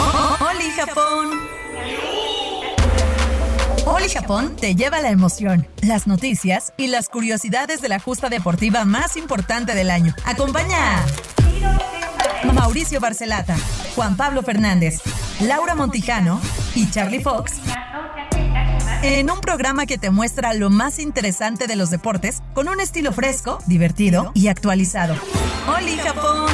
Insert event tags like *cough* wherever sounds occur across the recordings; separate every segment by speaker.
Speaker 1: ¡Oli Japón! Oli Japón te lleva la emoción, las noticias y las curiosidades de la justa deportiva más importante del año. Acompaña a Mauricio Barcelata, Juan Pablo Fernández, Laura Montijano y Charlie Fox en un programa que te muestra lo más interesante de los deportes con un estilo fresco, divertido y actualizado. ¡Oli Japón!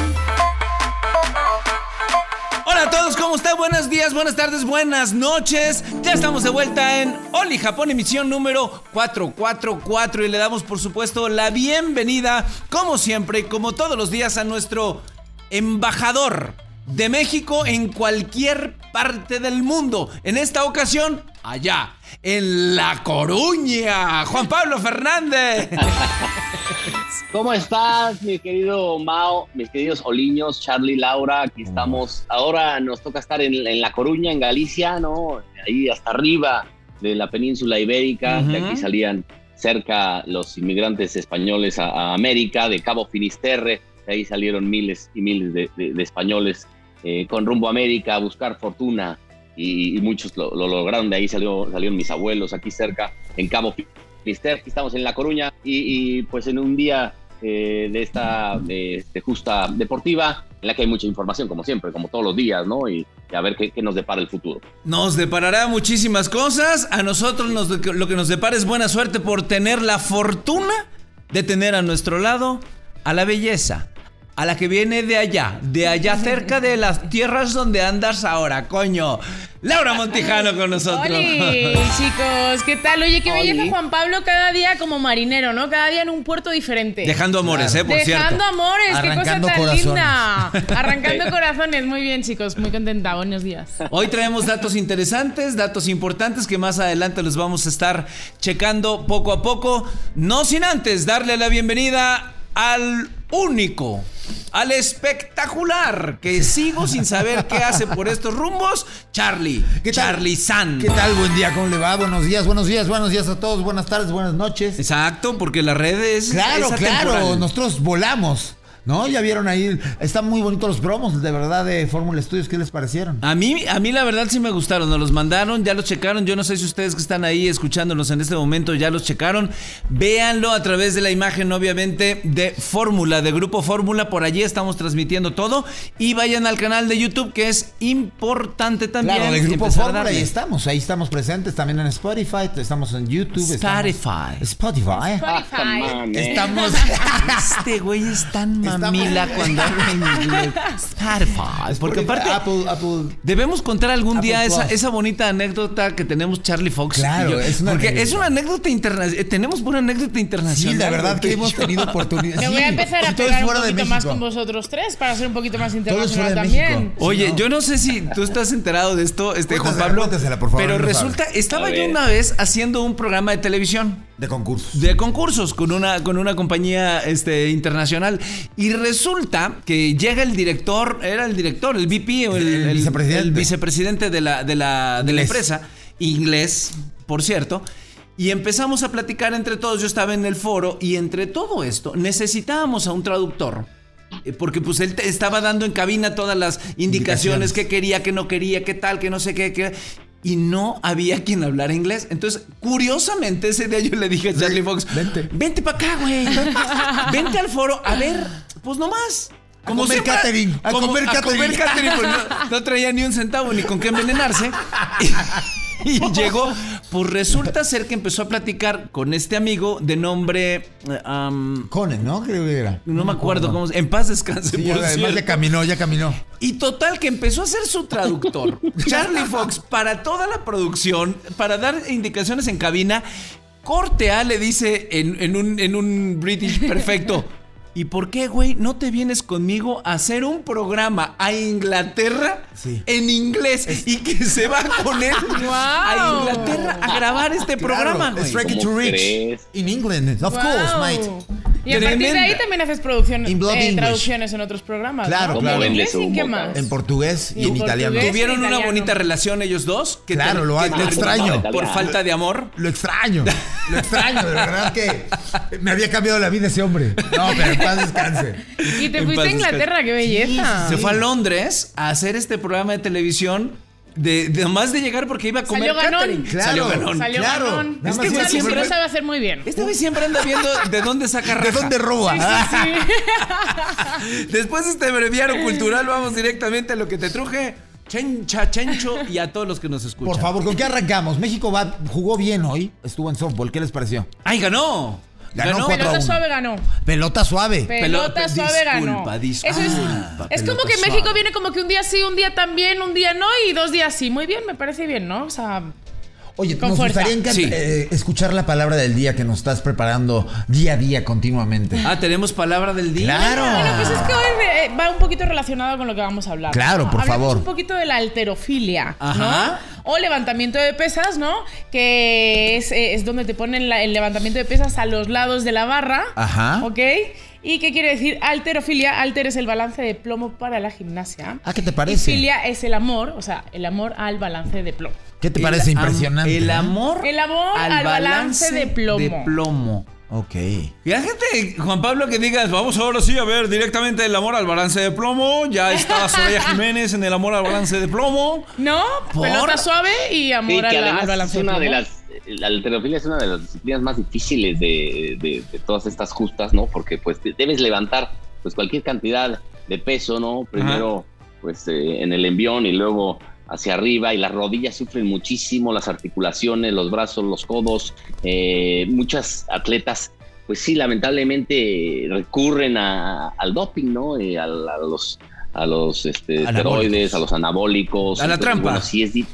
Speaker 2: Hola a todos, ¿cómo están? Buenos días, buenas tardes, buenas noches. Ya estamos de vuelta en Oli Japón, emisión número 444 y le damos por supuesto la bienvenida, como siempre, como todos los días, a nuestro embajador de México en cualquier parte del mundo. En esta ocasión, allá, en La Coruña, Juan Pablo Fernández.
Speaker 3: ¿Cómo estás, mi querido Mao, mis queridos Oliños, Charlie, Laura? Aquí estamos. Ahora nos toca estar en, en La Coruña, en Galicia, ¿no? Ahí hasta arriba de la península ibérica. De
Speaker 2: Ujú.
Speaker 3: aquí salían cerca los inmigrantes españoles a, a América, de Cabo Finisterre. De ahí salieron miles y miles de, de- de españoles eh, con rumbo a América a buscar fortuna. Y, y muchos lo, lo lograron. De ahí salió, salieron mis abuelos aquí cerca, en Cabo Finisterre. Mister, aquí estamos en La Coruña y, y, pues en un día eh, de esta eh, de justa deportiva en la que hay mucha información, como siempre, como todos los días, ¿no? Y, y a ver qué, qué nos depara el futuro.
Speaker 2: Nos deparará muchísimas cosas. A nosotros nos- lo que nos depara es buena suerte por tener la fortuna de tener a nuestro lado a la belleza. A la que viene de allá, de allá cerca de las tierras donde andas ahora, coño. Laura Montijano con nosotros.
Speaker 4: ¡Oli, chicos! ¿Qué tal? Oye, qué belleza
Speaker 3: Oli.
Speaker 4: Juan Pablo cada día como marinero, ¿no? Cada día en un puerto diferente.
Speaker 2: Dejando amores, eh, por
Speaker 4: Dejando
Speaker 2: cierto.
Speaker 4: amores,
Speaker 5: Arrancando
Speaker 4: qué cosa tan
Speaker 5: corazones.
Speaker 4: linda.
Speaker 2: *laughs*
Speaker 3: Sí.
Speaker 4: Arrancando corazones, muy bien, chicos. Muy contenta, buenos días.
Speaker 2: Hoy traemos datos interesantes, datos importantes que más adelante los vamos a estar checando poco a poco. No sin antes darle la bienvenida al único, al espectacular, que sigo sin saber qué hace por estos rumbos, Charlie.
Speaker 5: ¿Qué tal?
Speaker 2: Charlie San.
Speaker 5: ¿Qué tal? Buen día, ¿cómo le va? Buenos días, buenos días, buenos días a todos, buenas tardes, buenas noches.
Speaker 2: Exacto, porque la red es.
Speaker 5: Claro,
Speaker 2: es
Speaker 5: claro,
Speaker 2: atemporal.
Speaker 5: nosotros volamos, ¿no? Ya vieron ahí, están muy bonitos los promos, de verdad, de Fórmula Studios, ¿qué les parecieron?
Speaker 2: A mí, a mí la verdad sí me gustaron, nos los mandaron, ya los checaron, yo no sé si ustedes que están ahí escuchándonos en este momento ya los checaron, véanlo a través de la imagen obviamente de Fórmula, de Grupo Fórmula, por allí estamos transmitiendo todo y vayan al canal de YouTube que es importante también.
Speaker 5: Claro, del grupo
Speaker 2: empezar a
Speaker 5: Fórmula,
Speaker 2: darle.
Speaker 5: ahí estamos, ahí estamos presentes, también en Spotify, estamos en YouTube. estamos-
Speaker 2: Spotify.
Speaker 5: Spotify.
Speaker 3: Hasta man, eh.
Speaker 5: *laughs* Estamos...
Speaker 2: Este güey es tan
Speaker 5: Está
Speaker 2: mamila
Speaker 5: mal.
Speaker 2: cuando habla inglés. Spotify, Ah, Porque aparte...
Speaker 5: Apple, Apple...
Speaker 2: Debemos contar algún
Speaker 5: Apple
Speaker 2: día esa,
Speaker 5: Plus.
Speaker 2: esa bonita anécdota que tenemos Charlie Fox. y
Speaker 5: Claro,
Speaker 2: yo.
Speaker 5: es una
Speaker 2: porque
Speaker 5: anécdota.
Speaker 2: es una anécdota internacional. Tenemos una anécdota internacional.
Speaker 5: Sí, la verdad que
Speaker 2: güey.
Speaker 5: hemos
Speaker 2: *laughs*
Speaker 5: tenido oportunidad.
Speaker 4: Me voy
Speaker 5: Sí,
Speaker 4: a empezar
Speaker 5: si
Speaker 4: a
Speaker 5: todo es
Speaker 4: pegar un
Speaker 5: fuera de
Speaker 4: poquito más
Speaker 5: México.
Speaker 4: con vosotros tres para ser un poquito más
Speaker 5: es fuera
Speaker 4: internacional
Speaker 5: de
Speaker 4: también.
Speaker 5: México.
Speaker 2: Oye,
Speaker 5: no.
Speaker 2: yo no sé si tú estás enterado de esto, este Juan
Speaker 5: Cuéntasela,
Speaker 2: Pablo.
Speaker 5: cuéntasela, por favor,
Speaker 2: pero
Speaker 5: Luis Pablo.
Speaker 2: resulta, estaba
Speaker 3: A
Speaker 2: yo
Speaker 3: ver.
Speaker 2: una vez haciendo un programa de televisión.
Speaker 5: De concursos.
Speaker 2: de concursos con una, con una compañía este, internacional. Y resulta que llega el director, era el director, el VP o el,
Speaker 5: El
Speaker 2: el-
Speaker 5: vicepresidente.
Speaker 2: el vicepresidente de la, de la, de la
Speaker 5: Inglés.
Speaker 2: empresa, inglés, por cierto. Y empezamos a platicar entre todos, yo estaba en el foro y entre todo esto necesitábamos a un traductor. eh, Porque pues él te- estaba dando en cabina todas las indicaciones,
Speaker 5: Indicaciones.
Speaker 2: que quería, que no quería, qué tal, que no sé qué, qué. Y no había quien hablara inglés. Entonces, curiosamente, ese día yo le dije a Charlie Fox,
Speaker 5: Vente.
Speaker 2: Vente para acá, güey. Vente al foro. A ver, pues nomás.
Speaker 5: A comer catering, a comer
Speaker 2: a comer
Speaker 5: catering.
Speaker 2: catering, pues no, no traía ni un centavo ni con qué envenenarse. Y, y llegó. Pues resulta ser que empezó a platicar con este amigo de nombre. eh, um,
Speaker 5: Conan, ¿no? Creo que era.
Speaker 2: no me acuerdo cómo se En paz descanse,
Speaker 5: Sí,
Speaker 2: por
Speaker 5: además
Speaker 2: cierto.
Speaker 5: ya caminó, ya caminó.
Speaker 2: Y total que empezó a ser su
Speaker 5: *laughs*
Speaker 2: traductor, Charlie Fox, para toda la producción, para dar indicaciones en cabina. Corte A le dice en, en un, en un British perfecto. ¿Y por qué, güey, no te vienes conmigo a hacer un programa a Inglaterra
Speaker 5: Sí.
Speaker 2: en inglés? Y que se va con
Speaker 5: *laughs*
Speaker 2: él a
Speaker 4: Guau.
Speaker 2: Inglaterra a grabar este programa,
Speaker 5: Claro,
Speaker 2: güey.
Speaker 5: It's ready to
Speaker 3: ¿Cómo
Speaker 5: reach.
Speaker 3: crees?
Speaker 5: In England, of course,
Speaker 4: Wow.
Speaker 5: mate.
Speaker 4: Y a partir de
Speaker 2: Tremenda.
Speaker 4: ahí también haces producciones,
Speaker 5: In blood
Speaker 4: eh,
Speaker 5: English.
Speaker 4: traducciones en otros programas.
Speaker 5: Claro,
Speaker 4: ¿no?
Speaker 5: claro.
Speaker 4: ¿En
Speaker 5: Como
Speaker 4: inglés
Speaker 3: vendes
Speaker 4: y en qué
Speaker 3: humo,
Speaker 4: más?
Speaker 5: En portugués y,
Speaker 4: Y
Speaker 5: en
Speaker 4: en
Speaker 5: italiano.
Speaker 4: portugués.
Speaker 2: Tuvieron una
Speaker 4: Italiano.
Speaker 2: bonita relación ellos dos. Que
Speaker 5: Claro, lo,
Speaker 2: que
Speaker 5: lo
Speaker 3: tal?
Speaker 5: extraño.
Speaker 3: tal?
Speaker 2: Por falta de amor.
Speaker 5: Lo extraño. Lo extraño, de verdad que me había cambiado la vida ese hombre. No, pero en paz descanse.
Speaker 4: Y te
Speaker 2: En
Speaker 4: fuiste
Speaker 2: paz
Speaker 4: a Inglaterra, qué belleza.
Speaker 2: Se fue a Londres a hacer este programa de televisión de, de más de llegar porque iba a comer
Speaker 4: Salió ganón.
Speaker 2: catering.
Speaker 5: Claro.
Speaker 2: Salió ganón.
Speaker 4: Salió
Speaker 5: claro.
Speaker 4: ganón.
Speaker 5: Nada
Speaker 2: más
Speaker 4: Es que
Speaker 2: iba a
Speaker 4: Charlie,
Speaker 2: comer-
Speaker 4: pero sabe hacer muy bien.
Speaker 2: Este güey siempre anda viendo de dónde saca raja.
Speaker 5: *laughs* ¿De dónde roba? Ah,
Speaker 4: Sí,
Speaker 2: Después de este breviario cultural, vamos directamente a lo que te truje. Chencha, chencho y a todos los que nos escuchan.
Speaker 5: Por favor, ¿con qué arrancamos? México va- jugó bien hoy. Estuvo en softball. ¿Qué les pareció?
Speaker 2: ¡Ay, ganó!
Speaker 5: Ganó cuatro a
Speaker 4: Pelota
Speaker 5: uno.
Speaker 4: suave ganó.
Speaker 5: Pelota suave.
Speaker 4: Pelota
Speaker 2: Pelota-
Speaker 4: suave ganó.
Speaker 2: disculpa, disculpa,
Speaker 4: Eso es, es
Speaker 2: pelota
Speaker 4: como que
Speaker 2: suave.
Speaker 4: México viene como que un día sí, un día también, un día no y dos días sí. Muy bien, me parece bien, ¿no? O sea,
Speaker 5: Oye,
Speaker 4: Con
Speaker 5: nos
Speaker 4: fuerza.
Speaker 5: gustaría encant-
Speaker 2: Sí.
Speaker 5: eh, escuchar la palabra del día que nos estás preparando día a día continuamente.
Speaker 2: Ah, tenemos palabra del día.
Speaker 5: Claro.
Speaker 4: bueno, pues es que hoy eh, va un poquito relacionado con lo que vamos a hablar.
Speaker 5: Claro,
Speaker 4: ¿no?
Speaker 5: por
Speaker 4: Hablemos
Speaker 5: favor.
Speaker 4: un poquito de la alterofilia,
Speaker 2: Ajá.
Speaker 4: ¿no? O levantamiento de pesas, ¿no? Que es, eh, es donde te ponen la- el levantamiento de pesas a los lados de la barra.
Speaker 5: Ajá.
Speaker 4: ¿Ok? ¿Y qué quiere decir alterofilia? Alter es el balance de plomo para la gimnasia.
Speaker 5: Ah, ¿qué te parece?
Speaker 4: Y filia es el amor, o sea, el amor al balance de plomo.
Speaker 5: ¿Qué te
Speaker 2: El
Speaker 5: parece
Speaker 2: am-
Speaker 5: impresionante?
Speaker 2: El
Speaker 5: eh?
Speaker 2: amor,
Speaker 4: El amor al balance de plomo.
Speaker 2: de plomo.
Speaker 5: Ok.
Speaker 2: Y hay gente, Juan Pablo, que digas, vamos ahora sí a ver directamente el amor al balance de plomo. Ya está Soraya Jiménez en el amor al balance de plomo.
Speaker 4: ¿No?
Speaker 2: ¿Por?
Speaker 4: Pelota suave y amor
Speaker 3: Sí,
Speaker 4: al,
Speaker 3: que
Speaker 4: al
Speaker 3: además
Speaker 4: balance
Speaker 3: es una
Speaker 4: de
Speaker 3: de
Speaker 4: plomo.
Speaker 3: las, la alterofilia es una de las disciplinas más difíciles de, de- de todas estas justas, ¿no? Porque pues te- debes levantar pues cualquier cantidad de peso, ¿no? Primero pues eh, en el envión y luego hacia arriba y las rodillas sufren muchísimo, las articulaciones, los brazos, los codos, eh, muchas atletas pues sí, lamentablemente recurren a- al doping, ¿no? Eh, a, la- a los a los este,
Speaker 5: Anabólicos.
Speaker 3: esteroides, a los anabólicos.
Speaker 2: A la trampa.
Speaker 3: bueno, sí es, di-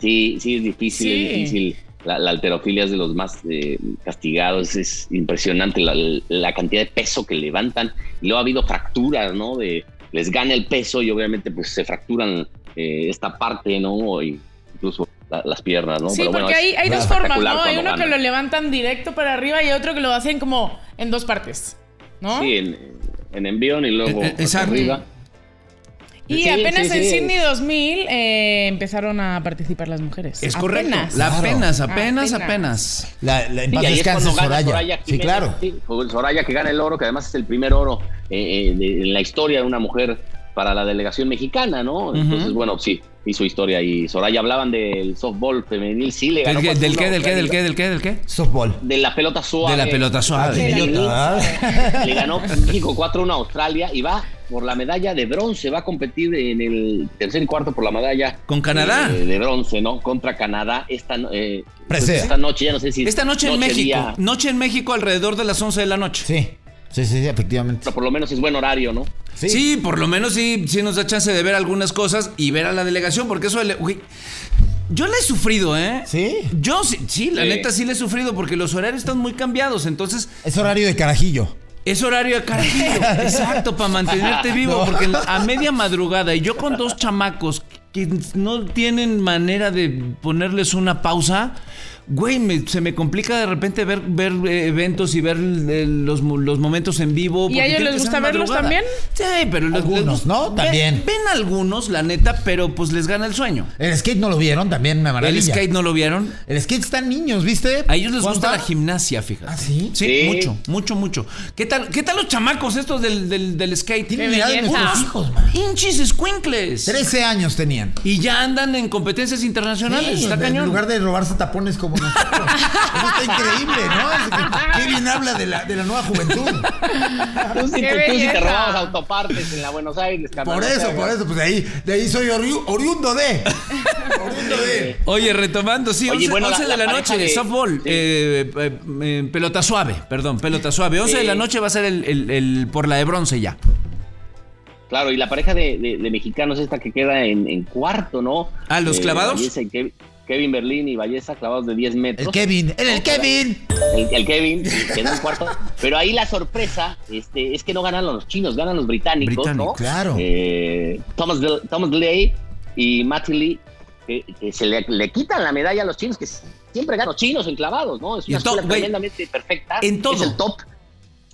Speaker 3: Sí, sí, es difícil,
Speaker 4: Sí.
Speaker 3: es difícil. La, la alterofilia es de los más eh, castigados, es impresionante la, la cantidad de peso que levantan. Y luego ha habido fracturas, ¿no? De, les gana el peso y obviamente pues se fracturan eh, esta parte, ¿no? Y incluso la- las piernas, ¿no?
Speaker 4: Sí,
Speaker 3: Pero bueno,
Speaker 4: porque hay,
Speaker 3: es
Speaker 4: hay dos formas,
Speaker 3: espectacular
Speaker 4: ¿no? Hay
Speaker 3: cuando
Speaker 4: uno que
Speaker 3: ganan.
Speaker 4: lo levantan directo para arriba y otro que lo hacen como en dos partes, ¿no?
Speaker 3: Sí, en, en envión y luego
Speaker 2: Eh, eh,
Speaker 3: hacia
Speaker 2: exacto.
Speaker 3: arriba.
Speaker 4: y
Speaker 3: Sí,
Speaker 4: apenas
Speaker 3: sí,
Speaker 4: en
Speaker 3: sí.
Speaker 4: Sydney 2000 eh, empezaron a participar las mujeres.
Speaker 2: Es correcto.
Speaker 4: Apenas.
Speaker 2: La apenas,
Speaker 4: Claro.
Speaker 2: apenas, apenas.
Speaker 4: Apenas.
Speaker 5: La, la, en
Speaker 3: Sí,
Speaker 5: paz
Speaker 3: ahí es
Speaker 5: descanse,
Speaker 3: cuando gana
Speaker 5: Soraya. Sí,
Speaker 3: Jiménez,
Speaker 5: claro.
Speaker 3: sí, fue Soraya que gana el oro, que además es el primer oro eh, eh, de- en la historia de una mujer para la delegación mexicana, ¿no? Entonces, bueno, sí, hizo historia y Soraya hablaban del softball femenil, sí le ganó.
Speaker 2: ¿Del qué, del
Speaker 3: 4-1,
Speaker 2: qué, del qué, del qué, del qué, del qué?
Speaker 5: Softball.
Speaker 3: De la pelota suave.
Speaker 2: De la pelota suave.
Speaker 4: Sí.
Speaker 5: Idiota, ¿ah?
Speaker 3: Le ganó México 4-1 a Australia y va por la medalla de bronce, va a competir en el tercer y cuarto por la medalla.
Speaker 2: ¿Con Canadá?
Speaker 3: eh, de bronce, ¿no? Contra Canadá esta, no- eh, pues,
Speaker 5: Presea.
Speaker 3: esta noche, ya no sé si.
Speaker 2: Esta noche en México.
Speaker 3: día,
Speaker 2: Noche en México alrededor de las 11 de la noche.
Speaker 5: Sí. Sí, sí, sí, efectivamente.
Speaker 3: pero por lo menos es buen horario, ¿no?
Speaker 2: Sí. por lo menos sí, sí nos da chance de ver algunas cosas y ver a la delegación, porque eso... de le- güey, yo le he sufrido, ¿eh?
Speaker 5: ¿Sí?
Speaker 2: Yo sí, sí, la
Speaker 3: Sí.
Speaker 2: neta sí le he sufrido porque los horarios están muy cambiados, entonces
Speaker 5: Es horario de carajillo.
Speaker 2: es horario de carajillo.
Speaker 5: *laughs*
Speaker 2: Exacto, para mantenerte vivo,
Speaker 5: No.
Speaker 2: porque a media madrugada y yo con dos chamacos que no tienen manera de ponerles una pausa, güey, me- se me complica de repente ver, ver eh, eventos y ver eh, los, mo- los momentos en vivo.
Speaker 4: ¿Y
Speaker 2: porque
Speaker 4: a ellos
Speaker 2: tiene que
Speaker 4: les
Speaker 2: ser
Speaker 4: gusta
Speaker 2: de
Speaker 4: verlos
Speaker 2: madrugada. Sí, pero los-
Speaker 5: Algunos,
Speaker 2: les-
Speaker 5: ¿no?
Speaker 2: ven-
Speaker 5: También.
Speaker 2: Ven algunos, la neta, pero pues les gana el sueño.
Speaker 5: El skate no lo vieron, también me maravilla.
Speaker 2: El skate no lo vieron.
Speaker 5: El skate están niños, ¿viste?
Speaker 2: A ellos les
Speaker 5: ¿Cuánta?
Speaker 2: gusta la gimnasia, fíjate.
Speaker 5: ¿Ah, sí?
Speaker 2: Sí,
Speaker 3: Sí.
Speaker 2: mucho, mucho, mucho. ¿Qué tal, ¿Qué tal los chamacos estos del, del, del skate?
Speaker 5: Tienen
Speaker 4: Qué
Speaker 5: la edad de
Speaker 4: belleza.
Speaker 5: nuestros hijos, man.
Speaker 2: Hinchis escuincles.
Speaker 5: 13 años tenían.
Speaker 2: Y ya andan en competencias internacionales.
Speaker 5: Sí,
Speaker 2: está
Speaker 5: en
Speaker 2: cañón.
Speaker 5: lugar de robarse tapones como nosotros. Eso está increíble, ¿no? Es que- Qué bien habla de la, de la nueva juventud.
Speaker 3: Tú sí,
Speaker 4: Ah,
Speaker 3: te-
Speaker 4: ¡Qué
Speaker 3: tú sí
Speaker 4: belleza!
Speaker 3: te robabas autopartes en la Buenos Aires, carnal.
Speaker 5: Por
Speaker 3: O
Speaker 5: eso,
Speaker 3: sea,
Speaker 5: por eso. Pues de ahí, de ahí soy ori- oriundo de. Oriundo de.
Speaker 2: Oye, retomando, sí,
Speaker 3: Oye,
Speaker 2: 11,
Speaker 3: bueno, la-
Speaker 2: 11 de la,
Speaker 3: la
Speaker 2: noche,
Speaker 3: pareja de-
Speaker 2: softball,
Speaker 3: sí.
Speaker 2: eh, eh, eh, pelota suave, perdón, pelota suave. 11 de la
Speaker 3: Sí.
Speaker 2: noche va a ser el, el- el por la de bronce ya.
Speaker 3: Claro, y la pareja de, de- de mexicanos esta que queda en, en cuarto, ¿no?
Speaker 2: Ah, ¿los clavados?
Speaker 3: Valleza y Kev- Kevin Berlín y Valleza clavados de 10 metros.
Speaker 5: El Kevin, era el Kevin.
Speaker 3: El, el Kevin quedó en cuarto. Pero ahí la sorpresa este, es que no ganan los chinos, ganan los británicos,
Speaker 2: Británico,
Speaker 3: ¿no?
Speaker 5: Claro.
Speaker 3: Eh, Thomas, Del- Thomas Lay y Matty Lee, que, que se le, le quitan la medalla a los chinos, que siempre ganan los chinos enclavados, ¿no? Es
Speaker 2: Y
Speaker 3: una
Speaker 2: en todo,
Speaker 3: escuela
Speaker 2: güey,
Speaker 3: tremendamente perfecta.
Speaker 2: en todo.
Speaker 3: Es el top.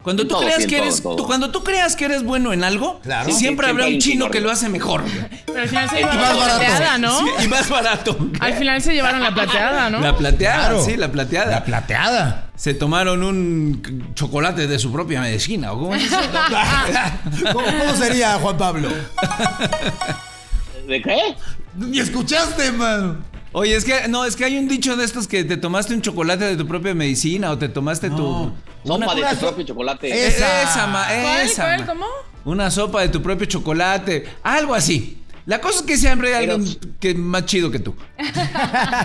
Speaker 2: Cuando
Speaker 3: En
Speaker 2: tú
Speaker 3: todo,
Speaker 2: creas
Speaker 3: sí, en
Speaker 2: que
Speaker 3: todo,
Speaker 2: eres,
Speaker 3: en todo.
Speaker 2: tú- cuando tú creas que eres bueno en algo,
Speaker 5: Claro.
Speaker 2: siempre,
Speaker 5: Sí,
Speaker 3: sí,
Speaker 2: habrá
Speaker 3: siempre hay
Speaker 2: un
Speaker 3: un
Speaker 2: chino
Speaker 3: chino
Speaker 2: que
Speaker 3: arriba.
Speaker 2: lo hace mejor.
Speaker 4: Pero al final se
Speaker 3: Y
Speaker 4: llevaron
Speaker 5: más
Speaker 4: la
Speaker 5: barato.
Speaker 4: plateada, ¿no?
Speaker 2: Sí, y más barato.
Speaker 4: Al final se llevaron la plateada, ¿no?
Speaker 2: La plateada,
Speaker 5: Claro.
Speaker 2: sí, la plateada.
Speaker 5: La plateada.
Speaker 2: Se tomaron un c- chocolate de su propia medicina,
Speaker 4: *laughs*
Speaker 2: ¿o cómo es eso?
Speaker 5: ¿Cómo, cómo sería, Juan Pablo?
Speaker 3: ¿De qué?
Speaker 5: Ni escuchaste, mano.
Speaker 2: *laughs* Oye, es que no, es que hay un dicho de estos que te tomaste un chocolate de tu propia medicina o te tomaste tu E-,
Speaker 3: Sopa de
Speaker 5: pura
Speaker 3: tu
Speaker 5: so-
Speaker 3: propio chocolate.
Speaker 5: Eh. Esa.
Speaker 2: esa, ma-
Speaker 4: ¿Cuál,
Speaker 2: esa,
Speaker 4: cuál,
Speaker 2: ma-
Speaker 4: cómo?
Speaker 2: Una sopa de tu propio chocolate, algo así. La cosa es que siempre hay
Speaker 3: Pero-
Speaker 2: alguien que es más chido que tú.
Speaker 4: Pues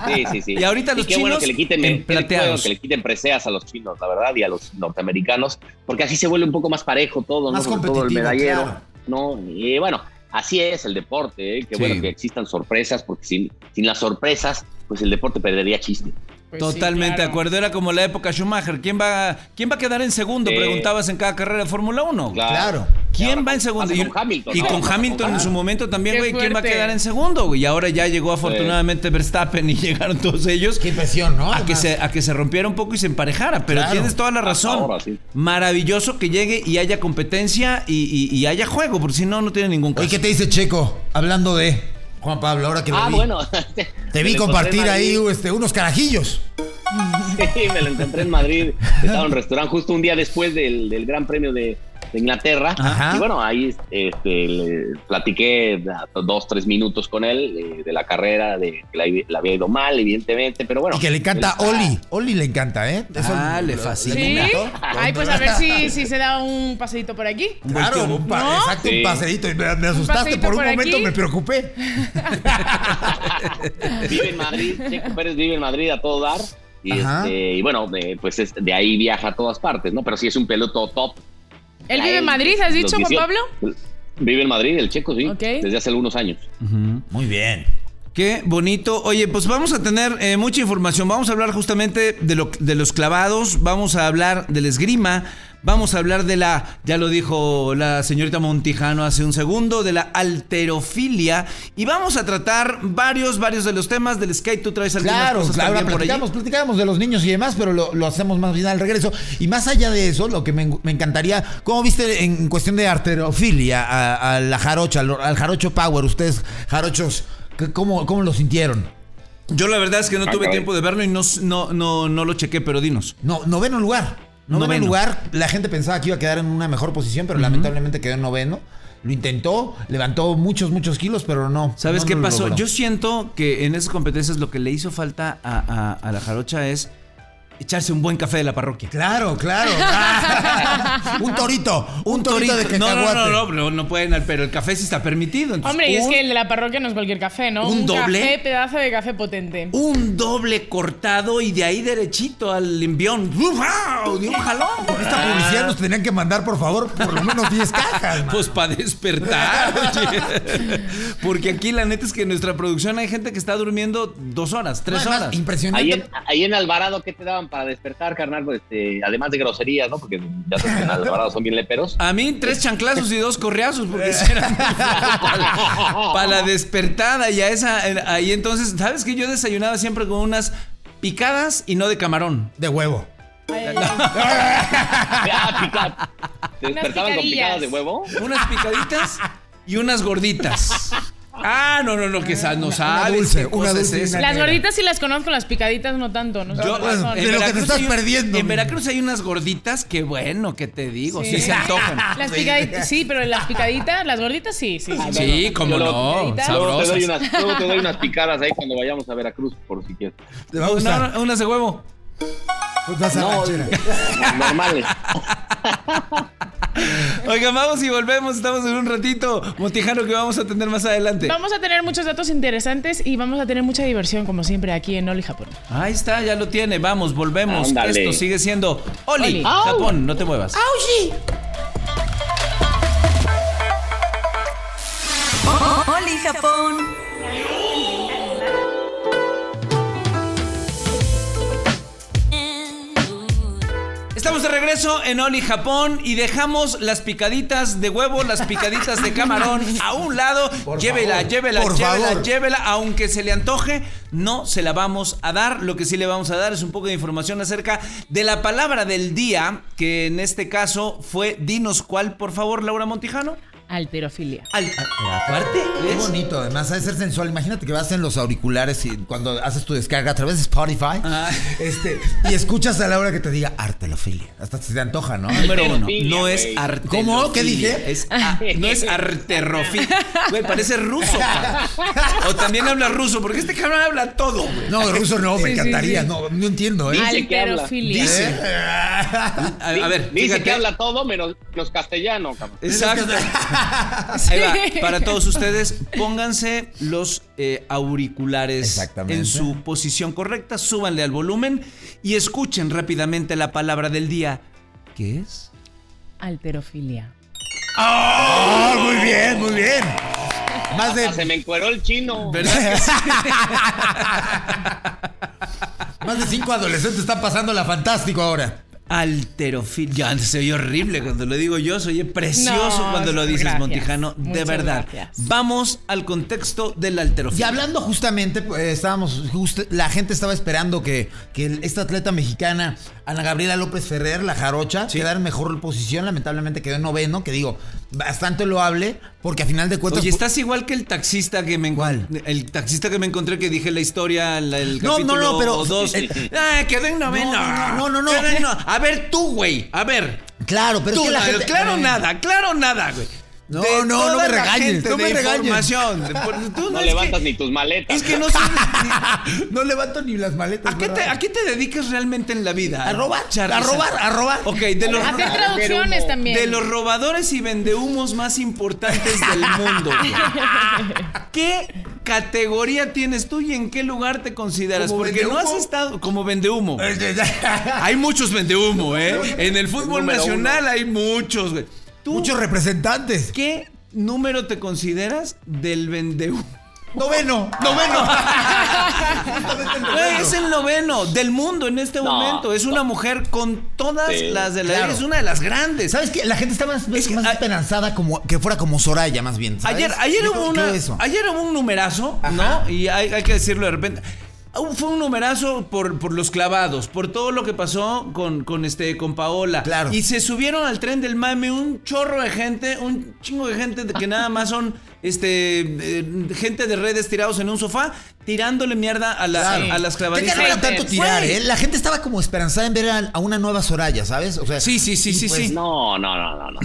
Speaker 3: Sí, sí, sí.
Speaker 2: Y ahorita los
Speaker 3: qué bueno
Speaker 2: chinos
Speaker 3: que le quiten qué bueno
Speaker 2: emplateados.
Speaker 3: que le quiten preseas a los chinos, la verdad, y a los norteamericanos, porque así se vuelve un poco más parejo todo,
Speaker 5: Más
Speaker 3: ¿no? Sobre todo el
Speaker 5: competitivo,
Speaker 3: medallero,
Speaker 5: claro.
Speaker 3: ¿no? Y bueno, así es el deporte, ¿eh? qué
Speaker 2: Sí.
Speaker 3: bueno que existan sorpresas, porque sin, sin las sorpresas, pues el deporte perdería chiste.
Speaker 4: Pues sí,
Speaker 2: Totalmente de
Speaker 4: claro.
Speaker 2: acuerdo, era como la época Schumacher. ¿Quién va, quién va a quedar en segundo?
Speaker 3: Sí.
Speaker 2: Preguntabas en cada carrera de Fórmula 1.
Speaker 5: Claro.
Speaker 3: Y
Speaker 2: ¿Quién
Speaker 3: ahora
Speaker 2: va en
Speaker 3: con-
Speaker 2: segundo?
Speaker 3: hace
Speaker 2: Y-
Speaker 3: con Hamilton,
Speaker 2: y
Speaker 3: ¿no?
Speaker 2: con
Speaker 3: Ahora
Speaker 2: Hamilton en su momento también,
Speaker 4: Qué
Speaker 2: güey. ¿Quién va a
Speaker 4: fuerte.
Speaker 2: quedar en segundo, güey? Y ahora ya llegó afortunadamente Verstappen y *laughs* llegaron todos ellos
Speaker 5: Qué impresión, ¿no?
Speaker 2: a que,
Speaker 5: Además.
Speaker 2: se, a que se rompiera un poco y se emparejara. Pero
Speaker 5: Claro.
Speaker 2: tienes toda la razón.
Speaker 3: Ahora sí.
Speaker 2: Maravilloso que llegue y haya competencia y, y- y haya juego, porque si no, no tiene ningún
Speaker 3: Pues
Speaker 5: Oye,
Speaker 2: caso.
Speaker 5: ¿qué te dice Checo? Hablando de Juan Pablo, ahora que lo
Speaker 3: Ah, *laughs*
Speaker 5: vi.
Speaker 3: bueno.
Speaker 5: Te vi
Speaker 3: Me lo
Speaker 5: compartir
Speaker 3: encontré en
Speaker 5: ahí
Speaker 3: Madrid.
Speaker 5: este, unos carajillos.
Speaker 3: *laughs* Sí, me lo encontré en Madrid.
Speaker 5: *laughs*
Speaker 3: Estaba en un restaurante justo un día después del, del Gran Premio de, de Inglaterra.
Speaker 5: Ajá.
Speaker 3: Y bueno, ahí este, le platiqué dos, tres minutos con él eh, de la carrera, de que la, la había ido mal, evidentemente, pero bueno.
Speaker 5: y que le encanta
Speaker 3: Él está-
Speaker 5: Oli. Oli le encanta, ¿eh?
Speaker 2: Ah, le fascina.
Speaker 4: ¿Sí?
Speaker 5: comentó.
Speaker 4: Ay, pues a ver si, si se da un paseíto por aquí.
Speaker 5: Claro, un pa-
Speaker 4: ¿No?
Speaker 5: exacto, un
Speaker 3: Sí.
Speaker 5: paseíto. Y Me, me asustaste
Speaker 4: paseíto
Speaker 5: por un
Speaker 4: por
Speaker 5: momento,
Speaker 4: aquí.
Speaker 5: me preocupé.
Speaker 3: Vive en Madrid, Checo Pérez vive en Madrid a todo dar. Y,
Speaker 5: Ajá.
Speaker 3: este, y bueno, eh, pues es- de ahí viaja a todas partes, ¿no? Pero sí es un peloto top.
Speaker 4: ¿Él vive en Madrid, has dicho, Juan Pablo?
Speaker 3: Vive en Madrid, el checo, sí.
Speaker 4: Ok.
Speaker 3: Desde hace algunos años.
Speaker 5: Muy bien.
Speaker 2: Qué bonito. Oye, pues vamos a tener eh, mucha información. Vamos a hablar justamente de, lo, de los clavados, vamos a hablar del esgrima, vamos a hablar de la, ya lo dijo la señorita Montijano hace un segundo, de la alterofilia y vamos a tratar varios, varios de los temas del skate. Tú traes algunas
Speaker 5: Claro,
Speaker 2: cosas
Speaker 5: claro,
Speaker 2: también por allí.
Speaker 5: platicamos, platicamos de los niños y demás, pero lo, lo hacemos más bien al regreso. Y más allá de eso, lo que me, me encantaría, ¿cómo viste en cuestión de arterofilia a, a la jarocha, al, al jarocho power? Ustedes, jarochos, ¿qué- ¿cómo, cómo lo sintieron?
Speaker 2: Yo la verdad es que no
Speaker 3: Ah,
Speaker 2: tuve
Speaker 3: caray.
Speaker 2: tiempo de verlo y no, no, no, no lo chequé, pero dinos.
Speaker 5: No, noveno lugar. Noveno,
Speaker 2: Noveno.
Speaker 5: lugar. La gente pensaba que iba a quedar en una mejor posición, pero lamentablemente quedó en noveno. Lo intentó, levantó muchos, muchos kilos, pero no.
Speaker 2: ¿Sabes
Speaker 5: no
Speaker 2: qué
Speaker 5: lo
Speaker 2: pasó?
Speaker 5: logró.
Speaker 2: Yo siento que en esas competencias lo que le hizo falta a, a- a la jarocha es echarse un buen café de la parroquia. *laughs*
Speaker 5: Claro, claro. *laughs* Ah, un torito, un, torito, de
Speaker 2: no, no,
Speaker 5: cacahuate.
Speaker 2: no, no, no, no pueden, pero el café sí está permitido. Entonces,
Speaker 4: Hombre, y es
Speaker 2: un,
Speaker 4: que el de la parroquia no es cualquier café, ¿no?
Speaker 2: ¿Un doble? Uh,
Speaker 4: café, pedazo de café potente.
Speaker 2: un doble cortado y de ahí derechito al envión. ¡Wow! De un jalón.
Speaker 5: Con *laughs* esta publicidad nos tenían que mandar, por favor, por lo menos 10 cajas. man.
Speaker 2: Pues para *laughs* despertar, oye. Porque aquí la neta es que en nuestra producción hay gente que está durmiendo dos horas, tres
Speaker 5: No, además,
Speaker 2: horas.
Speaker 5: Impresionante.
Speaker 3: Ahí en, ahí en Alvarado, ¿qué te daban para despertar, carnal? Pues, Este, además de groserías, ¿no? Porque ya sabes que en Alvarado son
Speaker 2: *laughs*
Speaker 3: bien leperos.
Speaker 2: A mí tres chanclazos y dos correazos porque
Speaker 5: *laughs*
Speaker 2: sí era muy fuerte para la- para la despertada y a esa eh, ahí entonces, ¿sabes que yo desayunaba siempre con unas picadas y no de camarón?
Speaker 5: De huevo.
Speaker 4: Ay, ay, ay.
Speaker 3: Ah, pica- ¿Te
Speaker 4: Unas
Speaker 3: despertaban con
Speaker 4: picadillas.
Speaker 3: picadas de huevo?
Speaker 2: unas picaditas y unas gorditas. Ah, no, no, no, que sa- no
Speaker 5: una
Speaker 2: sabes.
Speaker 5: dulce,
Speaker 2: qué
Speaker 5: una
Speaker 2: cosa
Speaker 5: dulce y
Speaker 2: es esa.
Speaker 5: una-
Speaker 4: Las gorditas sí las conozco, las picaditas no tanto, no sé
Speaker 2: Yo-
Speaker 5: Ah,
Speaker 4: cuáles
Speaker 5: bueno,
Speaker 4: son.
Speaker 5: de lo que te
Speaker 2: Veracruz
Speaker 5: estás
Speaker 2: hay un-
Speaker 5: perdiendo.
Speaker 2: En Veracruz hay unas gorditas que bueno, que te digo, eh, sí,
Speaker 4: Sí.
Speaker 2: se
Speaker 5: *laughs*
Speaker 2: antojan.
Speaker 4: Las picaditas, sí, pero las picaditas, las gorditas sí, sí. sí.
Speaker 2: Sí, cómo
Speaker 3: Yo
Speaker 2: no,
Speaker 3: luego- Luego te,
Speaker 2: sabrosas.
Speaker 3: doy unas, luego te doy unas picadas ahí cuando vayamos a Veracruz, por si quieres.
Speaker 5: Te va a gustar. Pues,
Speaker 2: No, no, unas de huevo.
Speaker 5: Frutas arrachera.
Speaker 3: Normales.
Speaker 2: Oigan, vamos y volvemos, estamos en un ratito. Montijano que vamos a tener más adelante.
Speaker 4: Vamos a tener muchos datos interesantes y vamos a tener mucha diversión, como siempre, aquí en Oli Japón.
Speaker 2: Ahí está, ya lo tiene, vamos, volvemos.
Speaker 3: Ándale.
Speaker 2: Esto sigue siendo Oli,
Speaker 4: Oli.
Speaker 3: Au.
Speaker 2: Japón, no te muevas.
Speaker 1: Oli Japón.
Speaker 2: Estamos de regreso en Oli Japón y dejamos las picaditas de huevo, las picaditas de camarón a un lado.
Speaker 5: *laughs* Por
Speaker 2: llévela,
Speaker 5: favor,
Speaker 2: llévela,
Speaker 5: por
Speaker 2: llévela,
Speaker 5: favor.
Speaker 2: llévela. Aunque se le antoje, no se la vamos a dar. Lo que sí le vamos a dar es un poco de información acerca de la palabra del día, que en este caso fue dinos cuál, por favor, Laura Montijano.
Speaker 4: Alterofilia.
Speaker 2: Al- aparte,
Speaker 5: Qué
Speaker 2: es-
Speaker 5: bonito, además, ha de ser sensual. Imagínate que vas en los auriculares y cuando haces tu descarga a través de Spotify
Speaker 2: Ah.
Speaker 5: este, y escuchas a la hora que te diga artelofilia. Hasta se te antoja, ¿no?
Speaker 2: Número uno,
Speaker 3: Arterofilia,
Speaker 2: no es
Speaker 3: güey.
Speaker 2: arterofilia.
Speaker 5: ¿Cómo? ¿Qué dije?
Speaker 2: Es a- *laughs* no es arterofilia. *laughs* Güey, parece ruso, cabrón. O también habla ruso, porque este cabrón habla todo, güey.
Speaker 5: No, el ruso no, me
Speaker 4: Sí, sí,
Speaker 5: encantaría.
Speaker 4: sí.
Speaker 5: No, no entiendo, ¿eh?
Speaker 3: Dice que habla.
Speaker 4: Alterofilia.
Speaker 2: Dice.
Speaker 5: ¿Eh? *laughs*
Speaker 2: A, a ver,
Speaker 3: Dice
Speaker 2: fíjate.
Speaker 3: que habla todo menos los castellanos, cabrón.
Speaker 2: Exacto. *laughs* Ahí va. Para todos ustedes, pónganse los eh, auriculares
Speaker 5: Exactamente.
Speaker 2: en su posición correcta, súbanle al volumen y escuchen rápidamente la palabra del día. ¿Qué es?
Speaker 4: Alterofilia.
Speaker 5: ¡Oh, muy bien, muy bien! Más
Speaker 3: Ah, se
Speaker 5: de,
Speaker 3: me encueró el chino.
Speaker 2: ¿Verdad? que sí?
Speaker 5: más de cinco adolescentes están pasando la fantástico ahora.
Speaker 2: Alterofilia. Ya, se oye horrible cuando lo digo yo, se oye precioso
Speaker 4: No,
Speaker 2: cuando lo dices,
Speaker 4: gracias.
Speaker 2: Montijano. de
Speaker 4: Muchas
Speaker 2: verdad.
Speaker 4: gracias.
Speaker 2: Vamos al contexto de la
Speaker 5: Y
Speaker 2: alterofilia.
Speaker 5: hablando justamente, pues, estábamos, justo- la gente estaba esperando que, que el- esta atleta mexicana, Ana Gabriela López Ferrer, la jarocha, quedara en mejor posición. Lamentablemente quedó en noveno, que digo, bastante loable, porque a final de cuentas.
Speaker 2: Oye, estás igual que el taxista que me encon-
Speaker 5: ¿Cuál?
Speaker 2: El taxista que me encontré que dije la historia, la- el
Speaker 5: No,
Speaker 2: capítulo
Speaker 5: no, no, pero-
Speaker 2: dos.
Speaker 5: el-
Speaker 2: ah, quedó en noveno.
Speaker 5: No, no, no, no, no.
Speaker 2: Quedó en no- A ver tú, güey. A ver.
Speaker 5: Claro, pero
Speaker 2: tú,
Speaker 5: es que la
Speaker 2: no,
Speaker 5: gente.
Speaker 2: claro
Speaker 5: eh,
Speaker 2: nada, claro nada, güey.
Speaker 5: No,
Speaker 2: De
Speaker 5: no, no
Speaker 2: toda
Speaker 5: me
Speaker 2: la
Speaker 5: regañes,
Speaker 2: gente
Speaker 5: no me
Speaker 2: de
Speaker 5: regañes.
Speaker 2: información, de- por- tú
Speaker 3: No
Speaker 2: es
Speaker 3: levantas
Speaker 2: que-
Speaker 3: ni tus maletas.
Speaker 2: Es que no sabes ni-
Speaker 5: *laughs* No levanto ni las maletas.
Speaker 2: ¿A qué, te,
Speaker 5: Pues ¿verdad?
Speaker 2: ¿A qué te dedicas realmente en la vida?
Speaker 5: A robar,
Speaker 2: Charly?
Speaker 5: a robar, a robar.
Speaker 2: Ok, de los,
Speaker 4: Hacer
Speaker 3: Hacer
Speaker 4: traducciones
Speaker 3: humo.
Speaker 4: también.
Speaker 2: de los robadores y vendehumos más importantes
Speaker 5: *laughs*
Speaker 2: del mundo. güey. ¿Qué categoría tienes tú y en qué lugar te consideras?
Speaker 5: ¿Como
Speaker 2: Porque no has
Speaker 5: vendehumo? Eh,
Speaker 2: estado como vendehumo. güey. Hay muchos vendehumo, ¿eh? En el fútbol
Speaker 3: Número
Speaker 2: nacional hay muchos, güey. ¿Tú
Speaker 5: Muchos representantes.
Speaker 2: qué número te consideras del vendehumo?
Speaker 5: Noveno,
Speaker 2: *laughs*
Speaker 5: noveno.
Speaker 2: Güey, es el noveno del mundo en este
Speaker 3: No,
Speaker 2: momento. Es una mujer con todas
Speaker 3: Sí,
Speaker 2: las de la
Speaker 5: claro.
Speaker 2: Es una de las grandes.
Speaker 5: ¿Sabes qué? La gente está más,
Speaker 2: Es que-
Speaker 5: más
Speaker 2: a-
Speaker 5: esperanzada como que fuera como Soraya, más bien. ¿sabes?
Speaker 2: Ayer, ayer
Speaker 5: Yo
Speaker 2: hubo
Speaker 5: creo
Speaker 2: una,
Speaker 5: eso.
Speaker 2: ayer hubo un numerazo,
Speaker 5: Ajá.
Speaker 2: ¿no? Y hay, hay que decirlo de repente. Ah, Fue un numerazo por, por los clavados, por todo lo que pasó con, con este con Paola.
Speaker 5: Claro.
Speaker 2: Y se subieron al tren del mame un chorro de gente, un chingo de gente de que nada más son este eh, gente de redes tirados en un sofá tirándole mierda a, la-
Speaker 5: Claro.
Speaker 2: a las
Speaker 5: Es
Speaker 2: clavadistas.
Speaker 5: que no era tanto tirar,
Speaker 2: Güey.
Speaker 5: ¿eh? La gente estaba como esperanzada en ver a, a una nueva Soraya, ¿sabes? O sea,
Speaker 2: Sí, sí, sí,
Speaker 5: y pues,
Speaker 2: sí, sí.
Speaker 3: pues, No, no, no, no, no.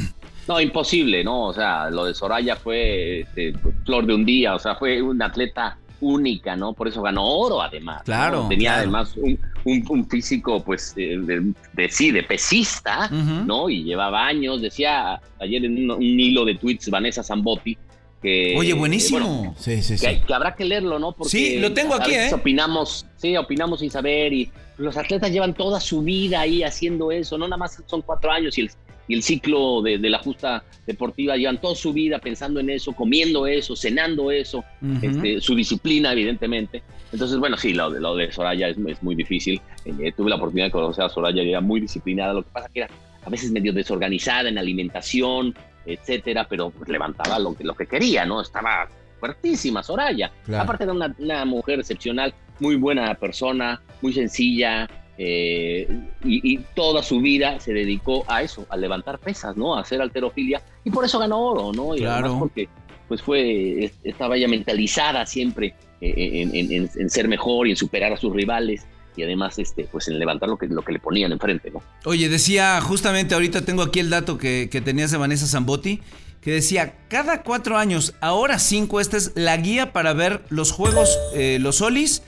Speaker 3: No, imposible, ¿no? O sea, lo de Soraya fue este, flor de un día, o sea, fue una atleta única, ¿no? Por eso ganó oro, además. ¿no?
Speaker 2: Claro,
Speaker 3: Tenía
Speaker 2: claro.
Speaker 3: además un, un- un físico, pues, eh, de, de- sí, de pesista,
Speaker 2: Ujú.
Speaker 3: ¿no? Y llevaba años, decía ayer en un, un hilo de tweets Vanessa Zambotti que...
Speaker 2: Oye,
Speaker 3: eh,
Speaker 2: buenísimo.
Speaker 3: bueno,
Speaker 5: Sí, sí,
Speaker 3: que, que habrá que leerlo, ¿no? Porque
Speaker 2: Sí, lo tengo
Speaker 3: a
Speaker 2: aquí,
Speaker 3: veces
Speaker 2: ¿eh?
Speaker 3: Opinamos, sí, opinamos sin saber y los atletas llevan toda su vida ahí haciendo eso, no nada más son cuatro años y el, y el ciclo de, de la justa deportiva llevan toda su vida pensando en eso, comiendo eso, cenando eso,
Speaker 2: Ujú.
Speaker 3: este, su disciplina, evidentemente. Entonces, bueno, sí, lo de, lo de Soraya es, es muy difícil. Eh, tuve la oportunidad de conocer a Soraya y era muy disciplinada, lo que pasa que era a veces medio desorganizada en alimentación, etcétera, pero pues, levantaba lo que, lo que quería, ¿no? Estaba fuertísima Soraya.
Speaker 5: Claro.
Speaker 3: Aparte era una, una mujer excepcional, muy buena persona, muy sencilla, eh, y, y toda su vida se dedicó a eso, a levantar pesas, ¿no? A hacer alterofilia, y por eso ganó oro, ¿no? Y además
Speaker 2: Claro.
Speaker 3: porque pues fue, es- estaba ya mentalizada siempre eh, en, en- en- en ser mejor y en superar a sus rivales, y además este, pues en levantar lo que, lo que le ponían enfrente, ¿no?
Speaker 2: Oye, decía, justamente ahorita tengo aquí el dato que, que tenías de Vanessa Zambotti, que decía, cada cuatro años, ahora cinco, esta es la guía para ver los juegos, eh, los solis,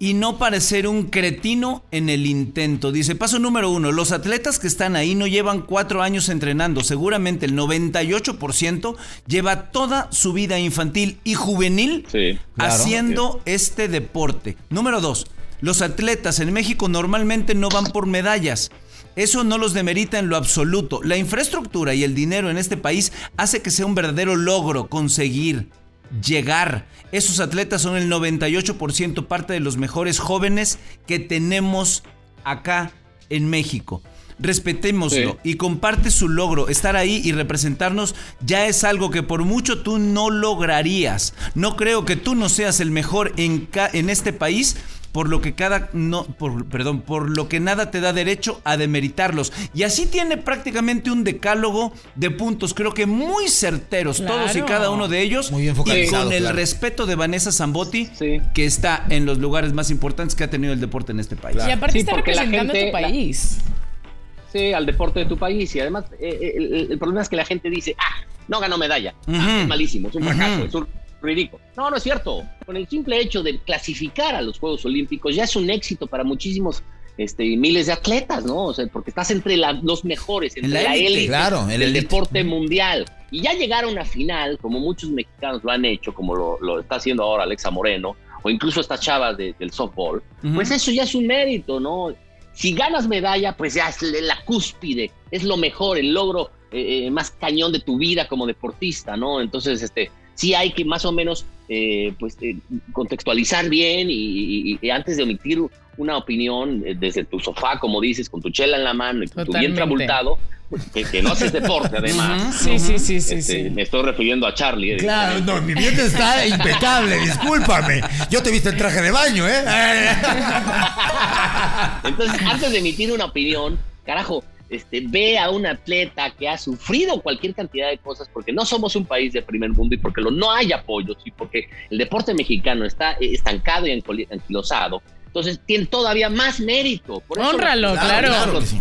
Speaker 2: y no parecer un cretino en el intento. Dice, paso número uno, los atletas que están ahí no llevan cuatro años entrenando, seguramente el 98% lleva toda su vida infantil y juvenil
Speaker 3: Sí.
Speaker 5: Claro.
Speaker 2: haciendo este deporte. Número dos, los atletas en México normalmente no van por medallas. Eso no los demerita en lo absoluto. La infraestructura y el dinero en este país hace que sea un verdadero logro conseguir llegar. Esos atletas son el 98% parte de los mejores jóvenes que tenemos acá en México. Respetémoslo
Speaker 3: Sí.
Speaker 2: y comparte su logro. Estar ahí y representarnos ya es algo que por mucho tú no lograrías. No creo que tú no seas el mejor en, ca- en este país por lo que cada no, por, perdón, por lo que nada te da derecho a demeritarlos. Y así tiene prácticamente un decálogo de puntos, creo que muy certeros, todos y
Speaker 4: Claro.
Speaker 2: cada uno de ellos.
Speaker 5: Muy bien
Speaker 2: y
Speaker 5: focalizado,
Speaker 2: con el
Speaker 5: claro.
Speaker 2: respeto de Vanessa Zambotti,
Speaker 3: Sí.
Speaker 2: que está en los lugares más importantes que ha tenido el deporte en este país.
Speaker 5: Claro.
Speaker 4: Y aparte
Speaker 3: Sí,
Speaker 4: está
Speaker 3: porque la
Speaker 4: representando a tu
Speaker 3: gente- la-
Speaker 4: país.
Speaker 3: Sí, al deporte de tu país. Y además, eh, el, el problema es que la gente dice, ah, no ganó medalla. Ah,
Speaker 2: Ujú.
Speaker 3: es malísimo, es un
Speaker 2: Mm. Ujú.
Speaker 3: fracaso, es un ridículo. No, no es cierto. Con el simple hecho de clasificar a los Juegos Olímpicos ya es un éxito para muchísimos este, y miles de atletas, ¿no? O sea, porque estás entre la- los mejores, entre
Speaker 2: La
Speaker 3: la,
Speaker 2: élite,
Speaker 3: élite
Speaker 5: claro, el
Speaker 3: del
Speaker 5: élite.
Speaker 3: deporte mundial. Y ya llegar a una final, como muchos mexicanos lo han hecho, como lo, lo está haciendo ahora Alexa Moreno, o incluso estas chavas de- del softball,
Speaker 2: Ujú.
Speaker 3: pues eso ya es un mérito, ¿no? Si ganas medalla, pues ya es la cúspide, es lo mejor, el logro eh, eh, más cañón de tu vida como deportista, ¿no? Entonces, este, sí hay que más o menos, eh, pues, eh, contextualizar bien y, y- y antes de omitir una opinión eh, desde tu sofá, como dices, con tu chela en la mano y con tu
Speaker 4: Totalmente.
Speaker 3: vientre abultado, pues, que, que no haces deporte, además.
Speaker 4: Sí, sí, sí, sí,
Speaker 3: Este,
Speaker 4: sí.
Speaker 3: Me estoy refiriendo a Charlie. eh,
Speaker 5: Claro, no, mi vientre
Speaker 3: *laughs*
Speaker 5: está impecable, discúlpame. Yo te viste el traje de baño, ¿eh?
Speaker 3: Entonces, antes de emitir una opinión, carajo, este, ve a un atleta que ha sufrido cualquier cantidad de cosas porque no somos un país de primer mundo y porque lo- no hay apoyos y porque el deporte mexicano está eh, estancado y encoli- anquilosado. Entonces, tiene todavía más mérito. Por eso-
Speaker 4: Honralo, claro.
Speaker 5: que sí.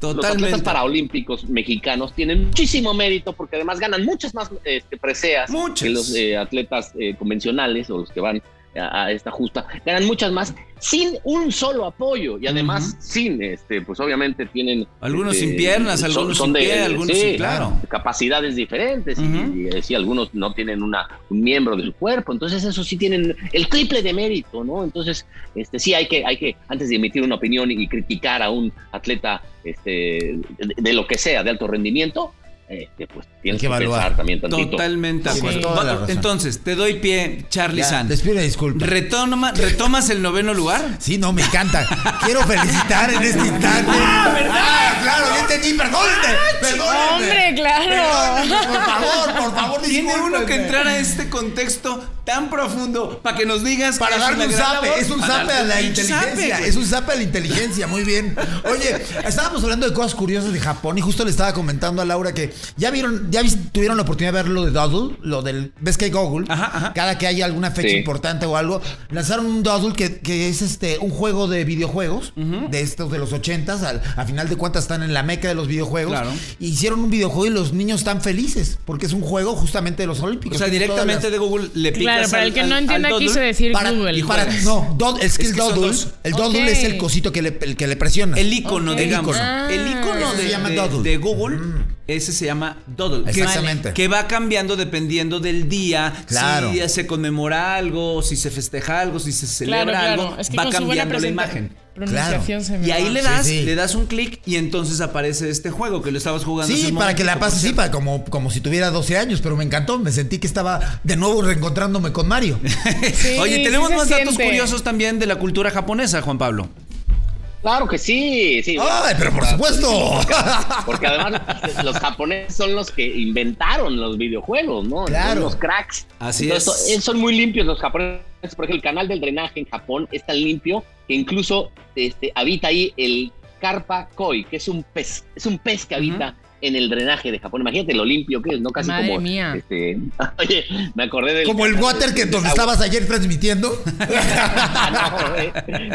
Speaker 3: los
Speaker 2: Totalmente.
Speaker 3: atletas paraolímpicos mexicanos tienen muchísimo mérito porque además ganan muchas más este, preseas
Speaker 2: Muchas.
Speaker 3: que los eh, atletas eh, convencionales o los que van a, a esta justa. Ganan muchas más sin un solo apoyo y además
Speaker 2: Ujú.
Speaker 3: sin, este, pues obviamente tienen...
Speaker 2: Algunos
Speaker 3: este,
Speaker 2: sin piernas,
Speaker 3: son-
Speaker 2: algunos
Speaker 3: son
Speaker 2: sin
Speaker 3: de-
Speaker 2: pie, algunos
Speaker 3: sí, ah,
Speaker 2: sin, claro.
Speaker 3: capacidades diferentes y-
Speaker 2: Ujú.
Speaker 3: y, eh, sí, algunos no tienen una, un miembro de su cuerpo, entonces eso sí tienen el triple de mérito, ¿no? Entonces, este sí hay que, hay que antes de emitir una opinión y, y criticar a un atleta este, de, de lo que sea, de alto rendimiento, este, pues tienes
Speaker 5: que
Speaker 3: que,
Speaker 5: evaluar.
Speaker 3: pensar también tantito.
Speaker 2: Totalmente de
Speaker 5: Sí,
Speaker 2: acuerdo.
Speaker 5: toda la
Speaker 2: Va-
Speaker 5: razón.
Speaker 2: Entonces, te doy pie, Charlie
Speaker 5: Ya,
Speaker 2: San.
Speaker 5: Les pido disculpas.
Speaker 2: Retoma- ¿Retomas el noveno
Speaker 5: *laughs*
Speaker 2: lugar?
Speaker 5: Sí, no, me encanta. Quiero felicitar en este instante. ¡Ah, verdad! claro, yo entendí, perdónenme.
Speaker 3: Ah,
Speaker 5: perdónenme.
Speaker 4: hombre, claro.
Speaker 5: Perdónenme, Por favor, por favor,
Speaker 2: Tiene uno que
Speaker 5: discúlpenme.
Speaker 2: entrar a este contexto tan profundo para que nos digas.
Speaker 5: Para
Speaker 2: que es
Speaker 5: darle
Speaker 2: una
Speaker 5: un
Speaker 2: gran
Speaker 5: zape,
Speaker 2: labor,
Speaker 5: es un
Speaker 2: para
Speaker 5: zape a
Speaker 2: darte
Speaker 5: la
Speaker 2: un
Speaker 5: inteligencia,
Speaker 2: zape,
Speaker 5: es un zape a la inteligencia, muy bien. Oye, estábamos hablando de cosas curiosas de Japón y justo le estaba comentando a Laura que ya vieron, ya vis- tuvieron la oportunidad de ver lo de Doodle, lo del, ves que hay Google,
Speaker 2: Ajá, ajá.
Speaker 5: cada que hay alguna fecha
Speaker 3: Sí.
Speaker 5: importante o algo, lanzaron un Doodle que, que es este un juego de videojuegos, de estos de los ochentas, al, a final de cuentas están en la meca de los videojuegos,
Speaker 2: Claro.
Speaker 5: hicieron un videojuego y los niños están felices, porque es un juego justamente de los
Speaker 2: güey.
Speaker 5: olímpicos.
Speaker 2: O sea,
Speaker 5: Tiene todas las-
Speaker 2: directamente de Google le picas
Speaker 4: Claro, para
Speaker 2: al-
Speaker 4: el que
Speaker 2: al-
Speaker 4: no
Speaker 2: al
Speaker 4: entienda
Speaker 2: doodle.
Speaker 4: quiso decir
Speaker 5: para,
Speaker 4: Google.
Speaker 5: y para- no, dod- es que
Speaker 2: Es
Speaker 5: el
Speaker 2: que son
Speaker 5: doddle,
Speaker 2: dos.
Speaker 5: el doddle
Speaker 4: Ok.
Speaker 5: es el cosito que le, el que le presiona.
Speaker 2: El icono,
Speaker 4: Ok.
Speaker 2: digamos.
Speaker 5: El icono.
Speaker 2: El icono
Speaker 5: Ah.
Speaker 2: de,
Speaker 5: Se llama
Speaker 2: de-
Speaker 5: Doodle. Mm.
Speaker 2: de Google, ese se llama Doodle. que-
Speaker 5: Exactamente.
Speaker 2: Que, va cambiando dependiendo del día.
Speaker 5: Claro.
Speaker 2: Si se conmemora algo, si se festeja algo, si se celebra
Speaker 4: Claro, claro.
Speaker 2: algo.
Speaker 4: Es que
Speaker 2: va
Speaker 4: con su buena
Speaker 2: cambiando la
Speaker 4: presenta-
Speaker 2: imagen.
Speaker 4: pronunciación
Speaker 5: Claro.
Speaker 4: se me
Speaker 2: Y ahí
Speaker 4: va.
Speaker 2: le das,
Speaker 5: Sí, sí.
Speaker 2: le das un clic y entonces aparece este juego que lo estabas jugando. hace
Speaker 5: Sí,
Speaker 2: un
Speaker 5: para que la
Speaker 2: momentito, por
Speaker 5: pase sí,
Speaker 2: cierto. *laughs*
Speaker 5: para como, como si tuviera 12 años, pero me encantó, me sentí que estaba de nuevo reencontrándome con Mario.
Speaker 4: Sí,
Speaker 2: Oye, tenemos
Speaker 4: sí se
Speaker 2: más datos
Speaker 4: siente.
Speaker 2: curiosos también de la cultura japonesa, Juan Pablo.
Speaker 3: Claro que sí, sí.
Speaker 5: Ay, pero
Speaker 3: Ah,
Speaker 5: por supuesto.
Speaker 3: Porque además *laughs* los japoneses son los que inventaron los videojuegos, ¿no? Son
Speaker 5: Claro.
Speaker 3: los cracks. eh,
Speaker 2: Así es.
Speaker 3: son- Son muy limpios los japoneses. Por ejemplo, el canal del drenaje en Japón es tan limpio que incluso este, habita ahí el carpa koi, que es un pez, es un pez que habita en el drenaje de Japón. Imagínate lo limpio que es, ¿no? Casi
Speaker 4: Madre
Speaker 3: como...
Speaker 4: mía.
Speaker 3: Este, *laughs* oye, me acordé del...
Speaker 5: *laughs* Como el water que donde
Speaker 3: *laughs* agua-
Speaker 5: estabas ayer transmitiendo.
Speaker 3: no, eh,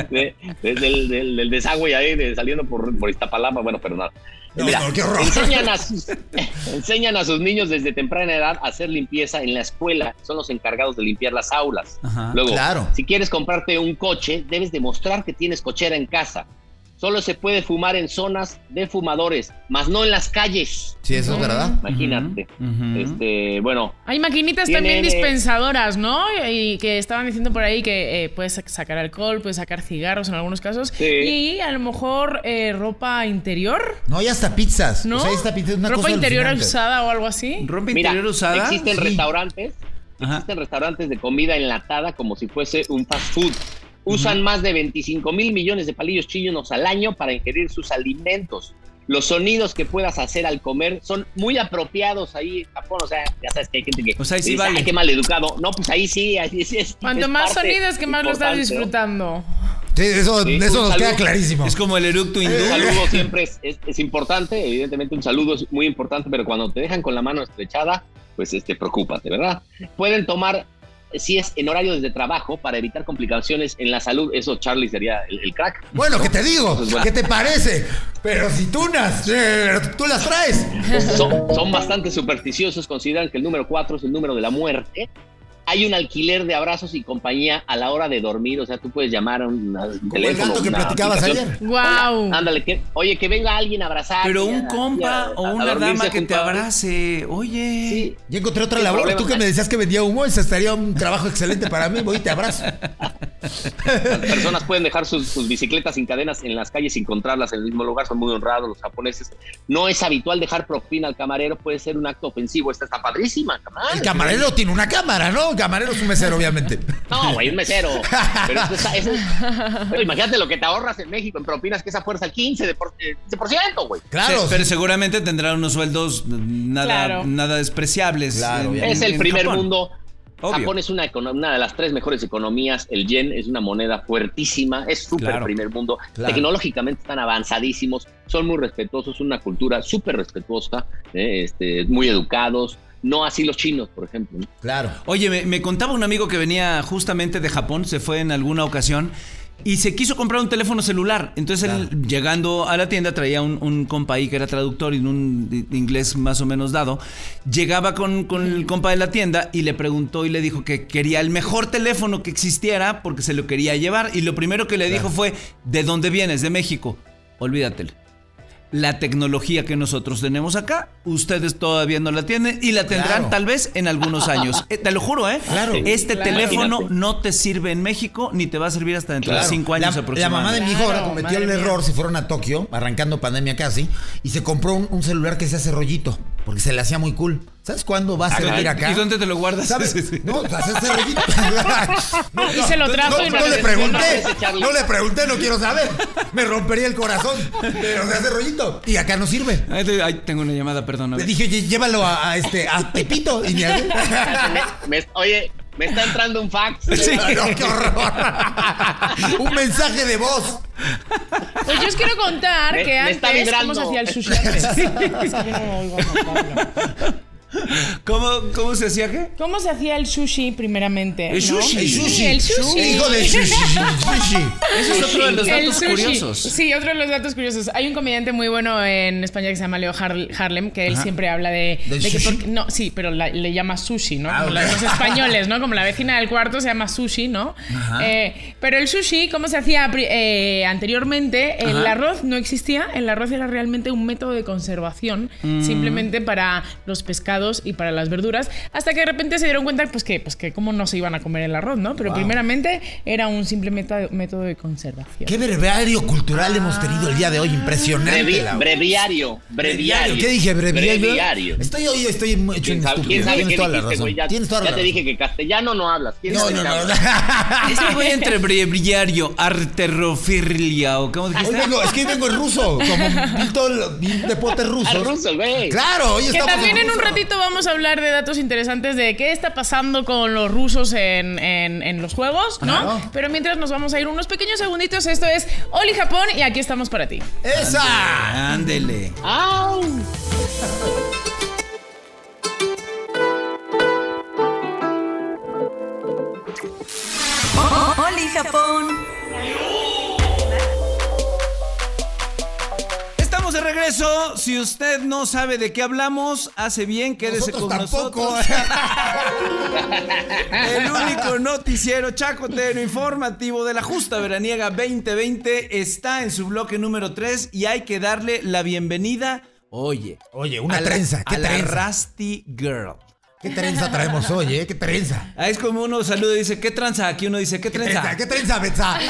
Speaker 3: de- de- del, del- del desagüe ahí, de- saliendo por, por Iztapalapa, bueno, pero nada.
Speaker 5: No,
Speaker 3: Mira,
Speaker 5: no, qué horror.
Speaker 3: Enseñan
Speaker 5: *laughs*
Speaker 3: a, sus, *laughs* enseñan a sus niños desde temprana edad a hacer limpieza en la escuela. Son los encargados de limpiar las aulas.
Speaker 2: Ajá.
Speaker 3: Luego,
Speaker 5: Ah, Claro.
Speaker 3: si quieres comprarte un coche, debes demostrar que tienes cochera en casa. Solo se puede fumar en zonas de fumadores, más no en las calles.
Speaker 5: Sí, eso es verdad.
Speaker 3: Imagínate.
Speaker 2: Ujú, ujú.
Speaker 3: Este, bueno,
Speaker 4: Hay maquinitas
Speaker 3: Tienen,
Speaker 4: también
Speaker 3: eh,
Speaker 4: dispensadoras, ¿no? Y que estaban diciendo por ahí que eh, puedes sacar alcohol, puedes sacar cigarros en algunos casos.
Speaker 3: Sí.
Speaker 4: Y a lo mejor eh, ropa interior,
Speaker 5: No, ya hasta pizzas.
Speaker 2: Pues
Speaker 4: ¿no?
Speaker 5: O sea, esta pizza es una
Speaker 4: ropa
Speaker 5: cosa
Speaker 4: interior
Speaker 5: alucinante.
Speaker 4: usada o algo así.
Speaker 2: Ropa
Speaker 3: Este, mira,
Speaker 2: interior usada.
Speaker 3: existen
Speaker 5: Sí.
Speaker 3: restaurantes
Speaker 2: Ajá.
Speaker 3: existen restaurantes de comida enlatada como si fuese un fast food. Usan más de 25 mil millones de palillos chinos al año para ingerir sus alimentos. los sonidos que puedas hacer al comer son muy apropiados ahí en Japón. O sea, ya sabes que hay gente que.
Speaker 2: O sea, ahí sí
Speaker 3: dice,
Speaker 2: vale.
Speaker 3: "Ay, qué mal educado. No, pues ahí sí, ahí sí es.
Speaker 4: Cuanto
Speaker 3: es
Speaker 4: más
Speaker 3: parte
Speaker 4: sonidos, que más lo estás
Speaker 3: importante, ¿no?
Speaker 4: disfrutando.
Speaker 5: Sí, eso,
Speaker 3: Sí,
Speaker 5: eso
Speaker 3: un
Speaker 5: nos queda
Speaker 3: saludo.
Speaker 5: clarísimo.
Speaker 2: Es como el eructo hindú.
Speaker 5: Eh,
Speaker 3: Un saludo siempre es, es- es importante, evidentemente un saludo es muy importante, pero cuando te dejan con la mano estrechada, pues este, preocúpate, ¿verdad? Pueden tomar, si es en horarios de trabajo, para evitar complicaciones en la salud, eso Charlie sería el, el crack.
Speaker 5: Bueno, ¿qué te digo?
Speaker 3: Pues
Speaker 5: ¿Qué te parece? Pero si tú las, eh, tú las traes.
Speaker 3: Son, son bastante supersticiosos, consideran que el número 4 es el número de la muerte. Hay un alquiler de abrazos y compañía a la hora de dormir, o sea, tú puedes llamar a un a un
Speaker 5: Como el
Speaker 3: teléfono.
Speaker 5: gato que
Speaker 3: una
Speaker 5: platicabas
Speaker 3: aplicación.
Speaker 5: ayer.
Speaker 4: ¡Wow!
Speaker 3: Ándale, que, oye, que venga alguien a abrazar.
Speaker 2: Pero
Speaker 3: y a-
Speaker 2: un compa
Speaker 3: y a-
Speaker 2: o
Speaker 3: a
Speaker 2: una
Speaker 3: dormirse
Speaker 2: dama que te
Speaker 3: juntos.
Speaker 2: abrace. Oye.
Speaker 3: Sí,
Speaker 5: Yo encontré otra
Speaker 3: Qué
Speaker 5: labor.
Speaker 3: problema,
Speaker 5: Tú que me
Speaker 3: ¿eh?
Speaker 5: decías que vendía humo, ese estaría un trabajo excelente para mí. Voy y te abrazo.
Speaker 2: Ah,
Speaker 3: Las personas pueden dejar sus, sus bicicletas sin cadenas en las calles y encontrarlas en el mismo lugar. Son muy honrados los japoneses. No es habitual dejar propina al camarero. Puede ser un acto ofensivo. Esta está padrísima, camarada.
Speaker 5: El camarero tiene una cámara, ¿no? El camarero es un mesero, obviamente.
Speaker 3: No, güey, un mesero. Pero esto está- eso es- Pero imagínate lo que te ahorras en México en propinas, que esa fuerza al 15%, de por- eh, 15%, güey.
Speaker 5: Claro.
Speaker 2: Se- pero seguramente tendrán unos sueldos nada,
Speaker 4: Claro.
Speaker 2: nada despreciables.
Speaker 5: Claro, obviamente.
Speaker 3: Es el
Speaker 2: en
Speaker 3: primer
Speaker 2: Japón.
Speaker 3: mundo.
Speaker 2: Obvio.
Speaker 3: Japón es una, econo- una de las tres mejores economías. El yen es una moneda fuertísima, es súper
Speaker 2: Claro.
Speaker 3: primer mundo.
Speaker 5: Claro.
Speaker 3: Tecnológicamente están avanzadísimos, son muy respetuosos, una cultura súper respetuosa, eh, este, muy educados. No así los chinos, por ejemplo. ¿no?
Speaker 5: Claro.
Speaker 2: Oye, me, me contaba un amigo que venía justamente de Japón, se fue en alguna ocasión. Y se quiso comprar un teléfono celular. Entonces él, llegando a la tienda, traía un, un compa ahí que era traductor y en un i- inglés más o menos dado. Llegaba con, con el compa de la tienda y le preguntó y le dijo que quería el mejor teléfono que existiera porque se lo quería llevar. Y lo primero que le dijo fue, ¿de dónde vienes? De México. Olvídatelo. La tecnología que nosotros tenemos acá, ustedes todavía no la tienen y la tendrán
Speaker 5: Claro.
Speaker 2: tal vez en algunos años. Eh, te lo juro, ¿eh?
Speaker 5: Claro.
Speaker 2: Este
Speaker 4: Claro.
Speaker 2: teléfono
Speaker 3: Imagínate.
Speaker 2: no te sirve en México ni te va a servir hasta dentro
Speaker 5: Claro.
Speaker 2: de cinco años
Speaker 5: la,
Speaker 2: aproximadamente.
Speaker 5: la mamá de mi hijo ahora
Speaker 4: Claro,
Speaker 5: cometió el
Speaker 4: madre
Speaker 5: error,
Speaker 4: mía.
Speaker 5: se fueron a Tokio, arrancando pandemia casi, y se compró un, un celular que se hace rollito, porque se le hacía muy cool. ¿Sabes cuándo va a
Speaker 2: Ah,
Speaker 5: servir
Speaker 2: caray.
Speaker 5: acá?
Speaker 2: ¿Y dónde te lo guardas?
Speaker 5: ¿Sabes?
Speaker 2: Sí, sí.
Speaker 5: No, hace ese
Speaker 2: *laughs*
Speaker 5: rollito. No,
Speaker 4: Y se lo trajo
Speaker 5: no,
Speaker 4: y
Speaker 5: no
Speaker 4: no
Speaker 5: le
Speaker 4: le-
Speaker 5: pregunté.
Speaker 3: no le- Charlie.
Speaker 5: No le pregunté, no quiero saber. Me rompería el corazón. Pero se hace rollito. Y acá no sirve.
Speaker 2: Ay, te- ay, tengo una llamada, perdóname.
Speaker 5: Le dije, oye, llévalo a, a este, a Pepito. Y ni a él.
Speaker 3: *laughs* Me- me- oye, me está entrando un
Speaker 5: *laughs*
Speaker 3: fax.
Speaker 2: Sí.
Speaker 5: No, qué horror. Un mensaje de voz.
Speaker 4: Pues yo os quiero contar
Speaker 3: Me-
Speaker 4: que
Speaker 3: me
Speaker 4: antes
Speaker 3: está
Speaker 4: cómo
Speaker 3: vibrando.
Speaker 4: se hacía el sushi
Speaker 2: *laughs*
Speaker 4: antes. Es que no lo oigo, no, Pablo.
Speaker 2: ¿Cómo, cómo se hacía qué?
Speaker 4: ¿Cómo se hacía el sushi primeramente?
Speaker 2: El
Speaker 4: no?
Speaker 2: sushi.
Speaker 5: El sushi.
Speaker 4: El sushi.
Speaker 5: Hijo de
Speaker 4: *laughs*
Speaker 5: sushi. sushi.
Speaker 2: Ese es otro de los
Speaker 4: El
Speaker 2: datos
Speaker 4: sushi.
Speaker 2: curiosos. *laughs*
Speaker 4: Sí, otro de los datos curiosos. Hay un comediante muy bueno en España que se llama Leo Har- Harlem, que él siempre habla de,
Speaker 5: ¿Del
Speaker 4: de que
Speaker 5: sushi?
Speaker 4: por- no, sí, pero la- le llama sushi, ¿no?
Speaker 5: Ah,
Speaker 4: Como
Speaker 5: ok.
Speaker 4: la- los españoles, ¿no? Como la vecina del cuarto se llama sushi, ¿no? Eh, pero el sushi, ¿cómo se hacía pri- eh, anteriormente? El
Speaker 2: Ajá.
Speaker 4: arroz no existía. El arroz era realmente un método de conservación, simplemente para los pescados y para las verduras, hasta que de repente se dieron cuenta, pues que, pues que cómo no se iban a comer el arroz, ¿no? Pero primeramente era un simple meta- método de conservación.
Speaker 5: Qué breviario cultural hemos tenido el día de hoy. Impresionante.
Speaker 3: Brevi-
Speaker 5: Laura.
Speaker 3: breviario, breviario.
Speaker 5: ¿Qué dije? Breviario.
Speaker 3: Breviario.
Speaker 5: Estoy hoy, estoy muy hecho
Speaker 3: ¿Quién
Speaker 5: en
Speaker 3: sabe, quién
Speaker 5: estúpido.
Speaker 3: sabe
Speaker 5: Tienes
Speaker 3: qué
Speaker 5: toda la
Speaker 3: dijiste,
Speaker 5: razón.
Speaker 3: güey? Ya,
Speaker 5: Tienes toda la
Speaker 3: ya te
Speaker 5: razón.
Speaker 3: dije que castellano no hablas. ¿Quién
Speaker 5: No,
Speaker 3: sabe
Speaker 5: no,
Speaker 3: qué
Speaker 5: no.
Speaker 3: hablas?
Speaker 2: Ese Ah, este güey entre breviario, arterofirlia o cómo
Speaker 5: Hoy
Speaker 2: dijiste.
Speaker 5: vengo, es que hoy vengo en ruso, como vi todo lo- vi de potes
Speaker 3: Al
Speaker 5: rusos.
Speaker 3: Ah, ruso, güey.
Speaker 5: Claro, hoy
Speaker 4: Que
Speaker 5: estamos
Speaker 4: también en un
Speaker 5: ruso.
Speaker 4: ratito vamos a hablar de datos interesantes de qué está pasando con los rusos en, en- en los juegos, ¿no?
Speaker 5: Claro.
Speaker 4: Pero mientras nos vamos a ir unos pequeños segunditos, esto es Oli Japón y aquí estamos para ti.
Speaker 5: ¡Esa!
Speaker 2: Ándele.
Speaker 3: ¡Au!
Speaker 1: Oli Japón.
Speaker 2: Estamos de regreso. Si usted no sabe de qué hablamos, hace bien, quédese
Speaker 5: Nosotros
Speaker 2: con
Speaker 5: tampoco.
Speaker 2: nosotros. El único noticiero chacotero informativo de la Justa Veraniega 2020 está en su bloque número 3 y hay que darle la bienvenida. Oye,
Speaker 5: Oye, una
Speaker 2: a la-
Speaker 5: trenza, ¿qué
Speaker 2: a la
Speaker 5: trenza?
Speaker 2: Rusty Girl.
Speaker 5: ¿Qué trenza traemos hoy, eh? ¿Qué trenza?
Speaker 2: Ahí es como uno saluda y dice, ¿qué tranza? Aquí uno dice, ¿qué
Speaker 5: ¿Qué trenza?
Speaker 2: trenza? Ah,
Speaker 5: ¿Qué trenza, Betsa?
Speaker 2: *laughs* ¿Qué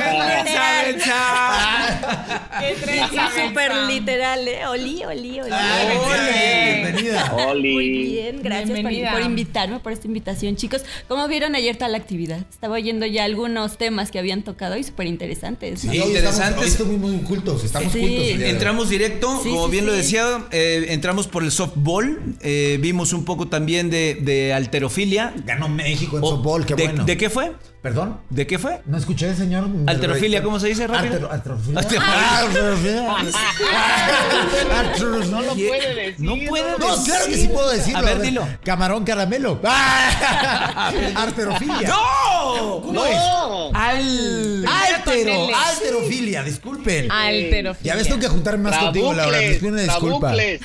Speaker 2: trenza,
Speaker 6: Ah,
Speaker 5: Ah,
Speaker 2: Betsa?
Speaker 4: ¡Qué
Speaker 6: Sí, súper literal, ¿eh? Oli, oli, oli.
Speaker 5: Ay,
Speaker 6: Ah,
Speaker 5: Betsa,
Speaker 2: Ole.
Speaker 5: Bienvenida.
Speaker 3: Oli.
Speaker 6: Muy bien, gracias por,
Speaker 4: Bienvenida.
Speaker 6: por invitarme, por esta invitación, chicos. Como vieron ayer toda la actividad, estaba oyendo ya algunos temas que habían tocado y súper interesantes.
Speaker 5: Sí,
Speaker 6: ¿no?
Speaker 5: hoy estamos-
Speaker 2: interesantes.
Speaker 5: hoy Estamos muy cultos, estamos
Speaker 6: Sí.
Speaker 5: cultos. el día de hoy.
Speaker 2: Entramos directo,
Speaker 6: Sí,
Speaker 2: como
Speaker 6: sí,
Speaker 2: bien lo
Speaker 6: sí.
Speaker 2: decía, eh, entramos por el softball, eh, vimos un poco también de, de alterofilia.
Speaker 5: Ganó México en
Speaker 2: Oh,
Speaker 5: softball, qué
Speaker 2: de-
Speaker 5: bueno.
Speaker 2: ¿De qué fue?
Speaker 5: ¿Perdón?
Speaker 2: ¿De qué fue?
Speaker 5: No escuché, señor. Ah,
Speaker 2: Alterofilia, ¿cómo se dice, rápido?
Speaker 5: Altero- alterofilia.
Speaker 2: Alterofilia. *laughs*
Speaker 5: Alterofilia. Alteros- No lo
Speaker 2: ¿Qué?
Speaker 5: puede.
Speaker 2: No puede
Speaker 5: No, claro que sí puedo decirlo.
Speaker 2: A ver, dilo.
Speaker 5: Camarón caramelo. *laughs* Arterofilia.
Speaker 2: ¡No!
Speaker 5: No es.
Speaker 2: Al.
Speaker 5: Altero,
Speaker 4: Con L.
Speaker 5: alterofilia, disculpen.
Speaker 4: Alterofilia.
Speaker 5: Ya ves, tengo que juntarme más contigo, Laura. Les pido una disculpa.
Speaker 3: trabucles.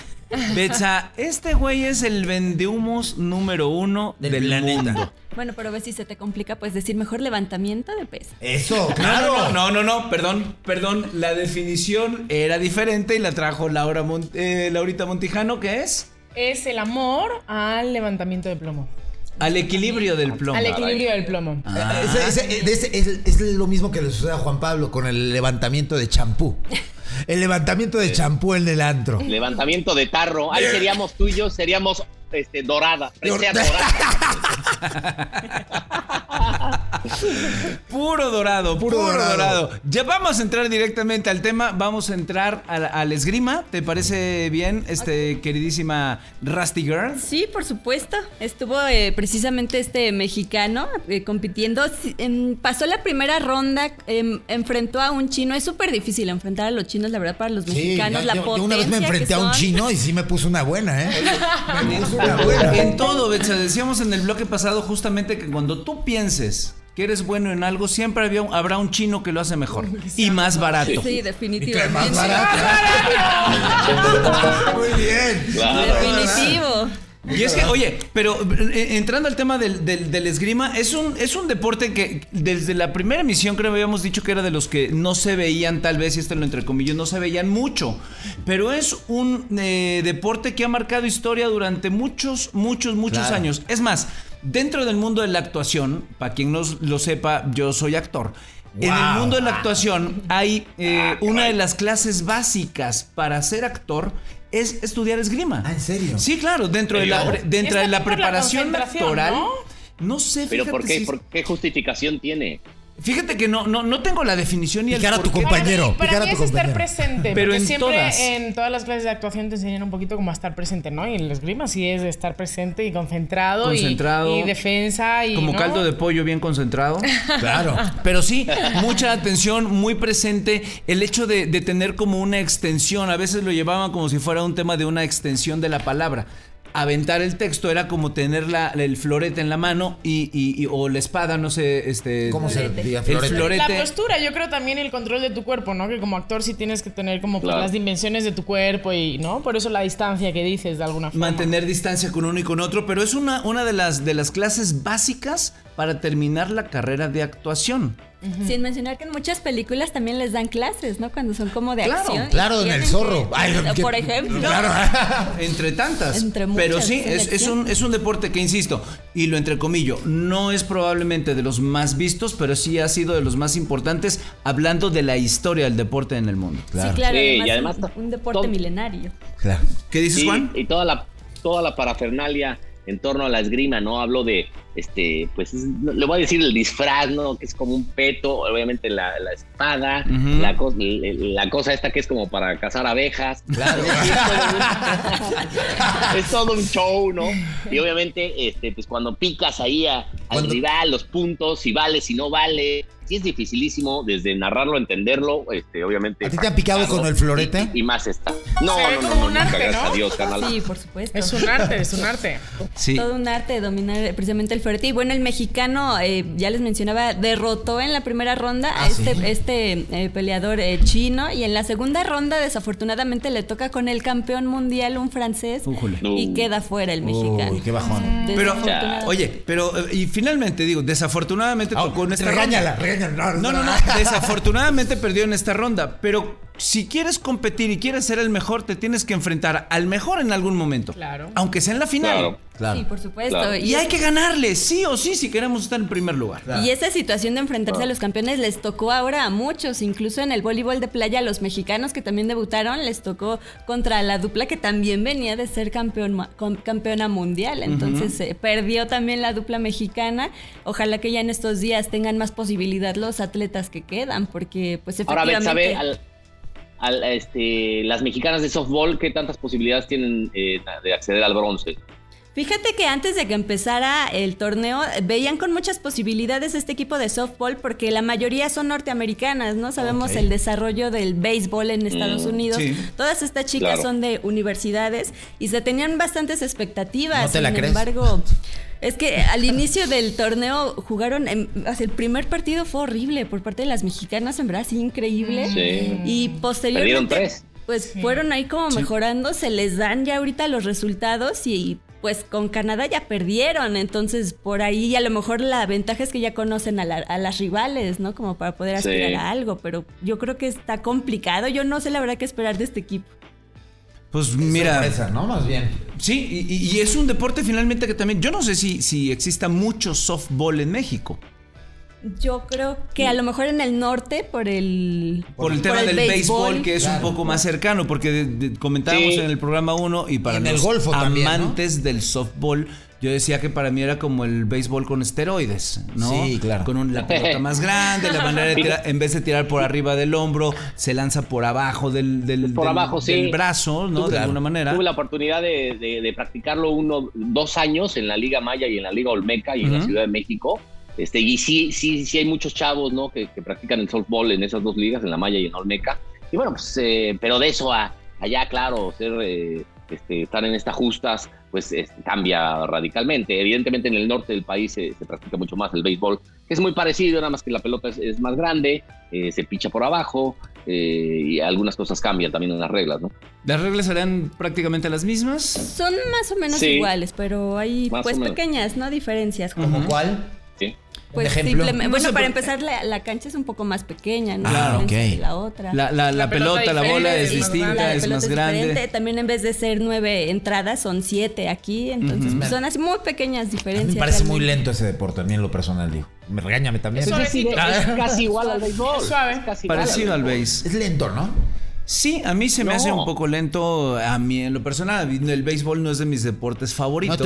Speaker 2: Betsa, este güey es el vendehumos número uno del,
Speaker 5: Del planeta.
Speaker 2: mundo.
Speaker 6: Bueno, pero ves si se te complica, pues decir mejor levantamiento de pesa.
Speaker 5: Eso, claro.
Speaker 2: Claro. No, no, no, perdón, perdón. La definición era diferente y la trajo Laura Mon- eh, Laurita Montijano, que es
Speaker 4: Es el amor al levantamiento de plomo.
Speaker 2: al equilibrio del plomo.
Speaker 4: al equilibrio del plomo.
Speaker 5: Eh, ese- ese- eh, de ese- es, es lo mismo que le sucede a Juan Pablo con el levantamiento de champú. El levantamiento de champú en el antro.
Speaker 3: Levantamiento de tarro. Ahí seríamos tú y yo, seríamos este, dorada. presea dorada.
Speaker 2: Puro dorado, puro,
Speaker 5: Puro
Speaker 2: dorado.
Speaker 5: dorado.
Speaker 2: Ya vamos a entrar directamente al tema, vamos a entrar al, al esgrima. ¿Te parece bien, este queridísima Rusty Girl?
Speaker 6: Sí, por supuesto. Estuvo eh, precisamente este mexicano eh, compitiendo. Sí, em, pasó la primera ronda, em, enfrentó a un chino. Es súper difícil enfrentar a los chinos, la verdad, para los mexicanos.
Speaker 5: yo-
Speaker 6: la
Speaker 5: yo, yo una vez me
Speaker 6: potencia que
Speaker 5: enfrenté a un
Speaker 6: son.
Speaker 5: chino y sí me puso una buena, ¿eh? Me puso una buena.
Speaker 2: En todo, Betsa, decíamos en el bloque pasado justamente que cuando tú pienses que eres bueno en algo, siempre había un- habrá un chino que lo hace
Speaker 6: *laughs*
Speaker 2: mejor y más barato.
Speaker 6: Sí,
Speaker 5: Y que más
Speaker 6: definitivamente.
Speaker 5: barato. Muy bien.
Speaker 3: Claro.
Speaker 6: Definitivo.
Speaker 2: Y es que, oye, pero eh, entrando al tema del, del- del esgrima, es un, es un deporte que desde la primera emisión creo que habíamos dicho que era de los que no se veían, tal vez, y esto lo entrecomillo, no se veían mucho. Pero es un eh, deporte que ha marcado historia durante muchos, muchos, muchos
Speaker 5: Claro.
Speaker 2: años. Es más, dentro del mundo de la actuación, para quien no lo sepa, yo soy actor. En el
Speaker 5: Wow.
Speaker 2: mundo de la actuación hay eh,
Speaker 5: Ah,
Speaker 2: una de las clases básicas para ser actor es estudiar esgrima.
Speaker 5: Ah, ¿en serio?
Speaker 2: Sí, claro, dentro de la, pre- dentro
Speaker 4: Es
Speaker 2: de la
Speaker 4: también por la
Speaker 2: preparación
Speaker 4: concentración,
Speaker 2: actoral. ¿no?
Speaker 4: ¿no?
Speaker 2: sé, fíjate,
Speaker 3: Pero ¿por qué,
Speaker 2: si-
Speaker 3: por qué justificación tiene?
Speaker 2: fíjate que no, no, no tengo la definición ni el
Speaker 5: Picar a tu
Speaker 2: por qué.
Speaker 5: compa-
Speaker 4: Para
Speaker 5: Compañero,
Speaker 4: mí, para
Speaker 5: picar a
Speaker 4: mí
Speaker 5: tu
Speaker 4: es estar
Speaker 5: compañero.
Speaker 4: presente.
Speaker 2: Pero
Speaker 4: Pero
Speaker 2: en
Speaker 4: siempre
Speaker 2: todas.
Speaker 4: en todas las clases de actuación te enseñan un poquito cómo a estar presente, ¿no? Y en los grimas sí es de estar presente y concentrado. y-
Speaker 2: Concentrado.
Speaker 4: Y, defensa. Y,
Speaker 2: Como
Speaker 4: ¿no?
Speaker 2: caldo de pollo bien concentrado.
Speaker 5: Claro.
Speaker 2: Pero sí, mucha atención, muy presente. El hecho de, de tener como una extensión, a veces lo llevaban como si fuera un tema de una extensión de la palabra. Aventar el texto era como tener la- el florete en la mano y, y- y- o la espada, no sé, este.
Speaker 5: ¿Cómo se
Speaker 6: Florete.
Speaker 5: diga?
Speaker 2: El
Speaker 5: Florete.
Speaker 2: flore-
Speaker 4: La
Speaker 2: Florete.
Speaker 4: postura, yo creo también el control de tu cuerpo, ¿no? Que como actor sí tienes que tener como pues,
Speaker 3: Claro.
Speaker 4: las dimensiones de tu cuerpo y, ¿no? Por eso la distancia que dices de alguna forma.
Speaker 2: mantener distancia con uno y con otro, pero es una, una de, las, de las clases básicas para terminar la carrera de actuación.
Speaker 6: Sin mencionar que en muchas películas también les dan clases, ¿no? Cuando son como de
Speaker 2: Claro,
Speaker 6: acción.
Speaker 5: Claro, en el
Speaker 6: Tienen
Speaker 5: zorro.
Speaker 6: que-
Speaker 5: Ay, que-
Speaker 6: por ejemplo.
Speaker 5: Claro.
Speaker 2: Entre tantas.
Speaker 6: Entre muchas,
Speaker 2: pero sí, es, es un, es un deporte que, insisto, y lo entrecomillo, no es probablemente de los más vistos, pero sí ha sido de los más importantes hablando de la historia del deporte en el mundo.
Speaker 6: Sí, claro.
Speaker 3: Sí, y
Speaker 6: además,
Speaker 3: además
Speaker 6: un, un deporte
Speaker 3: todo-
Speaker 6: milenario.
Speaker 5: Claro.
Speaker 2: ¿Qué dices,
Speaker 3: Y,
Speaker 2: Juan?
Speaker 3: y toda la toda la parafernalia en torno a la esgrima, ¿no? Hablo de este, pues es- no- le voy a decir el disfraz, ¿no? Que es como un peto, obviamente la, la espada,
Speaker 2: Ujú.
Speaker 3: la, cos- l- l- la cosa esta que es como para cazar abejas.
Speaker 5: Claro.
Speaker 3: *laughs* es todo un *laughs* show, ¿no? Y obviamente, este, pues cuando picas ahí a- al
Speaker 5: Cuando-
Speaker 3: rival, los puntos, si vale, si no vale. Sí es dificilísimo desde narrarlo, entenderlo, este, obviamente.
Speaker 5: ¿A ti te han picado
Speaker 3: practicarlo
Speaker 5: con el florete?
Speaker 3: Y, y más está. No,
Speaker 4: Se ve
Speaker 3: no, no,
Speaker 4: como
Speaker 3: no,
Speaker 4: un
Speaker 3: nunca,
Speaker 4: arte,
Speaker 3: gracias
Speaker 4: ¿no?
Speaker 3: a Dios, carnal.
Speaker 6: Sí, por supuesto.
Speaker 4: Es un arte, es un arte.
Speaker 2: Sí.
Speaker 6: Todo un arte de dominar eh, precisamente el florete. Y bueno, el mexicano, eh, ya les mencionaba, derrotó en la primera ronda
Speaker 5: Ah,
Speaker 6: a este,
Speaker 5: ¿sí?
Speaker 6: este eh, peleador eh, chino. Y en la segunda ronda, desafortunadamente, le toca con el campeón mundial, un francés.
Speaker 2: Újole.
Speaker 6: Y
Speaker 3: Uh.
Speaker 6: queda fuera el mexicano.
Speaker 5: Uy, qué bajón.
Speaker 2: Pero,
Speaker 6: Desafortunadamente.
Speaker 2: oye, pero, eh, y finalmente, digo, desafortunadamente tocó en esta ronda.
Speaker 5: Regáñala, regáñala.
Speaker 2: No, no, no. Desafortunadamente perdió en esta ronda, pero si quieres competir y quieres ser el mejor, te tienes que enfrentar al mejor en algún momento.
Speaker 4: Claro.
Speaker 2: Aunque sea en la final.
Speaker 3: Claro.
Speaker 5: Claro.
Speaker 6: Sí, por supuesto.
Speaker 3: Claro.
Speaker 2: Y hay que ganarle, sí o sí, si queremos estar en primer lugar.
Speaker 6: Y esa situación de enfrentarse a los campeones les tocó ahora a muchos, incluso en el voleibol de playa, los mexicanos que también debutaron, les tocó contra la dupla que también venía de ser campeón, ma- com- campeona mundial. Entonces eh, perdió también la dupla mexicana. Ojalá que ya en estos días tengan más posibilidad los atletas que quedan, porque pues
Speaker 3: Ahora,
Speaker 6: efectivamente...
Speaker 3: Betsabe, al, al, este, las mexicanas de softball, ¿qué tantas posibilidades tienen eh, de acceder al bronce?
Speaker 6: Fíjate que antes de que empezara el torneo eh, veían con muchas posibilidades este equipo de softball porque la mayoría son norteamericanas, ¿no? Sabemos el desarrollo del béisbol en Estados
Speaker 3: Mm,
Speaker 6: Unidos.
Speaker 2: sí.
Speaker 6: Todas estas chicas
Speaker 3: Claro.
Speaker 6: son de universidades y se tenían bastantes expectativas.
Speaker 5: ¿No te la
Speaker 6: Sin
Speaker 5: crees?
Speaker 6: embargo, es que al inicio del torneo jugaron, en- o sea, el primer partido fue horrible por parte de las mexicanas, en verdad, sí, increíble.
Speaker 3: Sí.
Speaker 6: Y posteriormente.
Speaker 3: Perdieron tres.
Speaker 6: Pues fueron ahí como mejorando, se les dan ya ahorita los resultados y, y, pues con Canadá ya perdieron. Entonces por ahí a lo mejor la ventaja es que ya conocen a, la- a las rivales, ¿no? Como para poder
Speaker 3: Sí.
Speaker 6: aspirar a algo, pero yo creo que está complicado. Yo no sé la verdad qué esperar de este equipo.
Speaker 2: Pues mira,
Speaker 5: Sorpresa, ¿no? Más bien.
Speaker 2: sí, y- y, y es un deporte finalmente que también, yo no sé si, si exista mucho softball en México.
Speaker 6: Yo creo que a lo mejor en el norte por el...
Speaker 2: Por el tema
Speaker 6: por el
Speaker 2: del béisbol,
Speaker 6: béisbol,
Speaker 2: que es
Speaker 5: claro.
Speaker 2: un poco más cercano, porque de- de- comentábamos
Speaker 3: Sí.
Speaker 2: en el programa 1 y para
Speaker 5: Y en el
Speaker 2: los
Speaker 5: golfo también, ¿no?
Speaker 2: amantes del softball, yo decía que para mí era como el béisbol con esteroides, ¿no?
Speaker 5: Sí, claro.
Speaker 2: Con un- la pelota más grande, la manera de tirar, en vez de tirar por arriba del hombro, se lanza por abajo del, del-
Speaker 3: Por
Speaker 2: del-
Speaker 3: abajo, sí.
Speaker 2: del brazo, ¿no?
Speaker 3: Tuve-
Speaker 2: de alguna manera.
Speaker 3: Tuve la oportunidad de, de- de practicarlo uno, dos años en la Liga Maya y en la Liga Olmeca y en la
Speaker 2: Ujú.
Speaker 3: Ciudad de México. Este, y sí, sí, sí hay muchos chavos ¿no? que, que practican el softball en esas dos ligas, en la Maya y en la Olmeca. Y bueno, pues, eh, pero de eso a allá, claro, ser, eh, este, estar en estas justas, pues este, cambia radicalmente. Evidentemente en el norte del país se, se practica mucho más el béisbol, que es muy parecido, nada más que la pelota es, es más grande, eh, se picha por abajo eh, y algunas cosas cambian también en las reglas, ¿no?
Speaker 2: Las reglas serán prácticamente las mismas.
Speaker 6: Son más o menos
Speaker 3: Sí.
Speaker 6: iguales, pero hay
Speaker 3: Más o
Speaker 6: pues
Speaker 3: menos.
Speaker 6: pequeñas, ¿no? Diferencias.
Speaker 5: ¿Como
Speaker 2: Ujú.
Speaker 5: cuál?
Speaker 3: Sí.
Speaker 6: Pues
Speaker 5: ejemplo?
Speaker 6: simplemente,
Speaker 2: No
Speaker 6: bueno,
Speaker 2: sé, pero-
Speaker 6: para
Speaker 2: eh,
Speaker 6: empezar la, la cancha es un poco más pequeña, ¿no?
Speaker 5: Claro,
Speaker 6: La diferencia
Speaker 5: ok.
Speaker 6: de La otra.
Speaker 2: Ah, La, la- la
Speaker 4: La pelota
Speaker 2: pelota, la bola
Speaker 4: diferente,
Speaker 2: es
Speaker 4: es más
Speaker 2: distinta,
Speaker 4: grande, la
Speaker 2: es
Speaker 6: pelota
Speaker 2: más
Speaker 6: diferente.
Speaker 2: grande.
Speaker 6: También en vez de ser nueve entradas, son siete aquí. Entonces, pues, son así muy pequeñas
Speaker 5: A mí
Speaker 6: diferencias.
Speaker 5: me parece muy
Speaker 6: realmente.
Speaker 5: lento ese deporte, a mí en lo personal digo. Me regáñame también.
Speaker 4: Eso
Speaker 5: Es,
Speaker 4: es- Suavecito.
Speaker 3: es casi igual al béisbol.
Speaker 4: Suave.
Speaker 3: Es casi igual
Speaker 2: Parecido
Speaker 3: al
Speaker 2: al
Speaker 3: béisbol.
Speaker 2: béis.
Speaker 5: lento, ¿no?
Speaker 2: Sí, a mí se me
Speaker 3: No.
Speaker 2: hace un poco lento. A mí, en lo personal, el béisbol no es de mis deportes favoritos.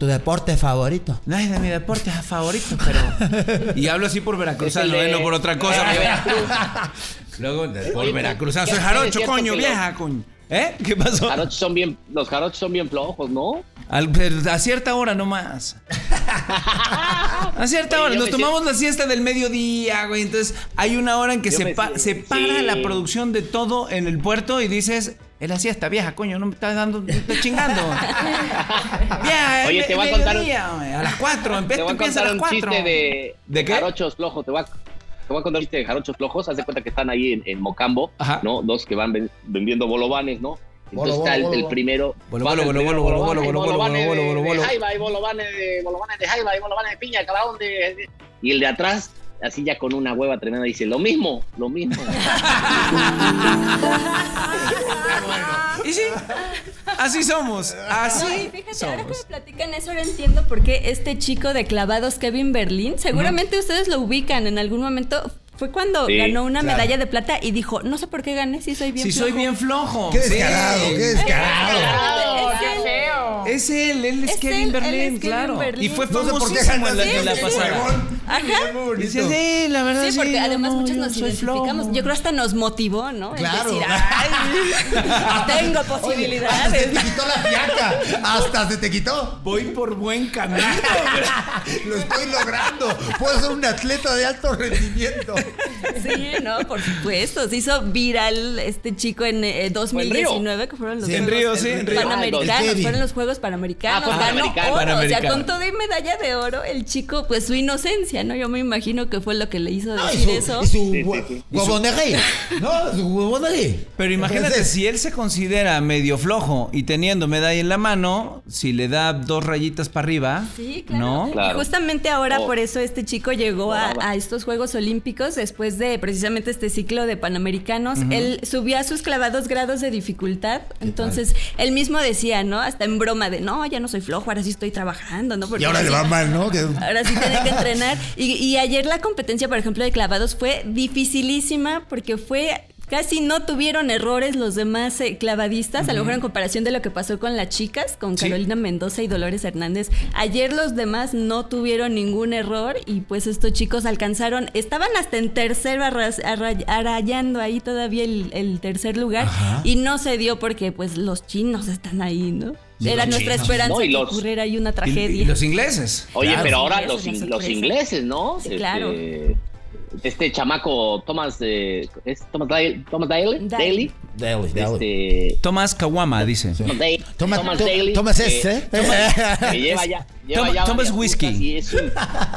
Speaker 5: deporte favorito.
Speaker 2: No es de mis deportes favoritos, pero. *laughs* y hablo así por veracruzano,
Speaker 3: Es el
Speaker 2: eh,
Speaker 3: de-
Speaker 2: no por otra cosa.
Speaker 3: de
Speaker 2: porque-
Speaker 3: Veracruz.
Speaker 2: Luego, de- por
Speaker 3: Oye,
Speaker 2: veracruzano.
Speaker 3: ¿qué
Speaker 2: Soy
Speaker 3: hace de
Speaker 2: jarocho,
Speaker 3: cierto
Speaker 2: coño,
Speaker 3: que lo-
Speaker 2: vieja, coño. ¿Eh? ¿Qué pasó?
Speaker 3: Jarochos son bien, los jarochos son bien flojos, ¿no?
Speaker 2: Al- pero a cierta hora nomás. A cierta
Speaker 3: Oye,
Speaker 2: hora.
Speaker 3: yo
Speaker 2: Nos
Speaker 3: me
Speaker 2: tomamos la siesta del mediodía, güey. Entonces, hay una hora en que
Speaker 3: Yo
Speaker 2: se,
Speaker 3: me
Speaker 2: pa-
Speaker 3: siento-
Speaker 2: se para
Speaker 3: sí.
Speaker 2: la producción de todo en el puerto y dices. Es la siesta, vieja, coño, no me estás dando, me estás
Speaker 3: *laughs*
Speaker 2: chingando. Vieja,
Speaker 3: Oye,
Speaker 2: es
Speaker 3: te
Speaker 2: me-
Speaker 3: voy a contar un-
Speaker 2: mediodía, güey, A las cuatro, empe-
Speaker 3: *laughs* Te voy a
Speaker 2: empieza a
Speaker 3: contar
Speaker 2: las
Speaker 3: un
Speaker 2: cuatro.
Speaker 3: chiste de,
Speaker 2: ¿De qué?
Speaker 3: jarochos flojos. Te voy, a, te voy a contar un chiste de jarochos flojos. Haz de cuenta que están ahí en, en Mocambo,
Speaker 2: Ajá.
Speaker 3: ¿no? Dos que van ven- vendiendo bolovanes, ¿no? Entonces
Speaker 5: Bolo,
Speaker 3: está el,
Speaker 5: bolo,
Speaker 3: el
Speaker 5: bolo.
Speaker 3: primero.
Speaker 2: Bolo,
Speaker 3: va
Speaker 2: bolo,
Speaker 3: el
Speaker 2: bolo,
Speaker 3: primero
Speaker 2: bolo,
Speaker 3: bolován,
Speaker 2: bolo,
Speaker 3: hay
Speaker 2: bolo, bolo,
Speaker 3: bolovanes
Speaker 2: bolo,
Speaker 3: de-
Speaker 2: bolo,
Speaker 3: de
Speaker 2: bolo.
Speaker 3: jaiba, hay bolovanes de bolovanes de jaiba, hay bolovanes de piña, calabón de... Y el de atrás, así ya con una hueva tremenda, dice, lo mismo,
Speaker 2: *laughs*
Speaker 3: lo mismo.
Speaker 2: Y sí, así somos.
Speaker 6: No, y
Speaker 2: Así
Speaker 6: fíjate, ahora que me
Speaker 2: somos.
Speaker 6: platican eso, ahora entiendo por qué este chico de clavados, Kevin Berlín, seguramente ustedes lo ubican en algún momento. Fue cuando
Speaker 3: Sí,
Speaker 6: ganó una
Speaker 5: claro.
Speaker 6: medalla de plata y dijo, no sé por qué gané, si soy bien
Speaker 2: Si soy
Speaker 6: flojo".
Speaker 2: bien flojo.
Speaker 5: Qué descarado,
Speaker 2: Sí.
Speaker 5: qué descarado.
Speaker 4: ¡Oh,
Speaker 6: Es
Speaker 4: qué
Speaker 6: él.
Speaker 4: feo!
Speaker 2: Es él, él es,
Speaker 6: Es
Speaker 2: Kevin
Speaker 6: él, él
Speaker 2: Berlín,
Speaker 6: es Kevin
Speaker 2: claro.
Speaker 6: Berlín.
Speaker 2: Y fue
Speaker 5: No sé por qué
Speaker 2: famosísimo en la,
Speaker 5: ganas
Speaker 2: en la
Speaker 5: ese
Speaker 2: pasada.
Speaker 5: huevón.
Speaker 6: Ajá.
Speaker 5: Muy bonito.
Speaker 2: Dice, sí, la verdad
Speaker 6: Sí, porque
Speaker 2: no,
Speaker 6: además
Speaker 2: no,
Speaker 6: muchos
Speaker 2: yo
Speaker 6: nos
Speaker 2: soy flojo.
Speaker 6: identificamos. Yo creo hasta nos motivó, ¿no? El
Speaker 5: Claro.
Speaker 6: decir,
Speaker 2: *laughs*
Speaker 6: "Ay, tengo
Speaker 5: Hasta se
Speaker 6: posibilidades.
Speaker 5: te quitó la fiaca. Hasta se te quitó.
Speaker 2: Voy por buen camino.
Speaker 5: *laughs* Lo estoy logrando. Puedo ser un atleta de alto rendimiento.
Speaker 6: *laughs* Sí, no, por supuesto. Se hizo viral este chico en eh,
Speaker 3: Fue en Río.
Speaker 6: 2019, que fueron los
Speaker 2: Sí, en
Speaker 6: Juegos
Speaker 2: Río, sí, en Río.
Speaker 3: Ah,
Speaker 5: el
Speaker 6: Panamericanos.
Speaker 5: Kevin.
Speaker 6: Fueron los Juegos Panamericanos.
Speaker 3: Ah,
Speaker 2: pues,
Speaker 3: fue
Speaker 6: ganó
Speaker 3: Panamericano.
Speaker 6: oro. O sea,
Speaker 2: Panamericano.
Speaker 6: con todo y medalla de oro, el chico, pues su inocencia, ¿no? Yo me imagino que fue lo que le hizo
Speaker 5: No,
Speaker 2: *laughs*
Speaker 6: decir eso.
Speaker 5: y su
Speaker 3: Sí, sí,
Speaker 5: hue-
Speaker 3: sí.
Speaker 5: huevonería. No, su huevonería.
Speaker 2: Pero imagínate,
Speaker 5: Entonces,
Speaker 2: si él se considera medio flojo y teniendo medalla en la mano, si le da dos rayitas para arriba,
Speaker 6: Sí, claro.
Speaker 2: ¿no?
Speaker 3: Claro.
Speaker 6: Y justamente ahora
Speaker 3: Oh.
Speaker 6: por eso este chico llegó a, a estos Juegos Olímpicos. después de precisamente este ciclo de Panamericanos. Él subía sus clavados grados de dificultad. Entonces, él mismo decía, ¿no? Hasta en broma de, no, ya no soy flojo, ahora sí estoy trabajando, ¿no?
Speaker 5: Y ahora le va
Speaker 6: sí-
Speaker 5: mal, ¿no? Que-
Speaker 4: Ah.
Speaker 6: Ahora sí
Speaker 2: *laughs*
Speaker 6: tiene que entrenar. Y, y ayer la competencia, por ejemplo, de clavados fue dificilísima porque fue... Casi no tuvieron errores los demás eh, clavadistas, a lo mejor en comparación de lo que pasó con las chicas, con
Speaker 2: Sí.
Speaker 6: Carolina Mendoza y Dolores Hernández. Ayer los demás no tuvieron ningún error y pues estos chicos alcanzaron, estaban hasta en tercero arras- arra- arrayando ahí todavía el, el tercer lugar y no se dio porque pues los chinos están ahí, ¿no?
Speaker 2: Y
Speaker 6: Era
Speaker 2: los
Speaker 6: nuestra
Speaker 2: chinos.
Speaker 6: esperanza
Speaker 3: No, y
Speaker 6: que
Speaker 3: los-
Speaker 6: ocurriera ahí una
Speaker 2: Y-
Speaker 6: tragedia.
Speaker 2: y los ingleses.
Speaker 3: Oye,
Speaker 5: Claro.
Speaker 3: pero
Speaker 6: Los
Speaker 3: ahora los,
Speaker 6: ingleses,
Speaker 3: in-
Speaker 6: la
Speaker 3: los
Speaker 6: sorpresa.
Speaker 3: ingleses, ¿no?
Speaker 6: Sí, claro.
Speaker 3: Este, este chamaco Thomas, eh, ¿es Thomas, Daly- Thomas Daly?
Speaker 6: Daly.
Speaker 3: Daly.
Speaker 5: Dale, dale.
Speaker 3: Este,
Speaker 2: Tomás Kawama dice.
Speaker 3: Thomas Daly.
Speaker 5: Toma-
Speaker 3: Thomas
Speaker 5: to-
Speaker 3: Daly,
Speaker 5: tomas
Speaker 3: eh, *laughs*
Speaker 5: este.
Speaker 3: que lleva ya, lleva
Speaker 2: Toma-
Speaker 3: ya
Speaker 2: Thomas
Speaker 3: varias
Speaker 2: Whisky.
Speaker 3: justas Y, es un-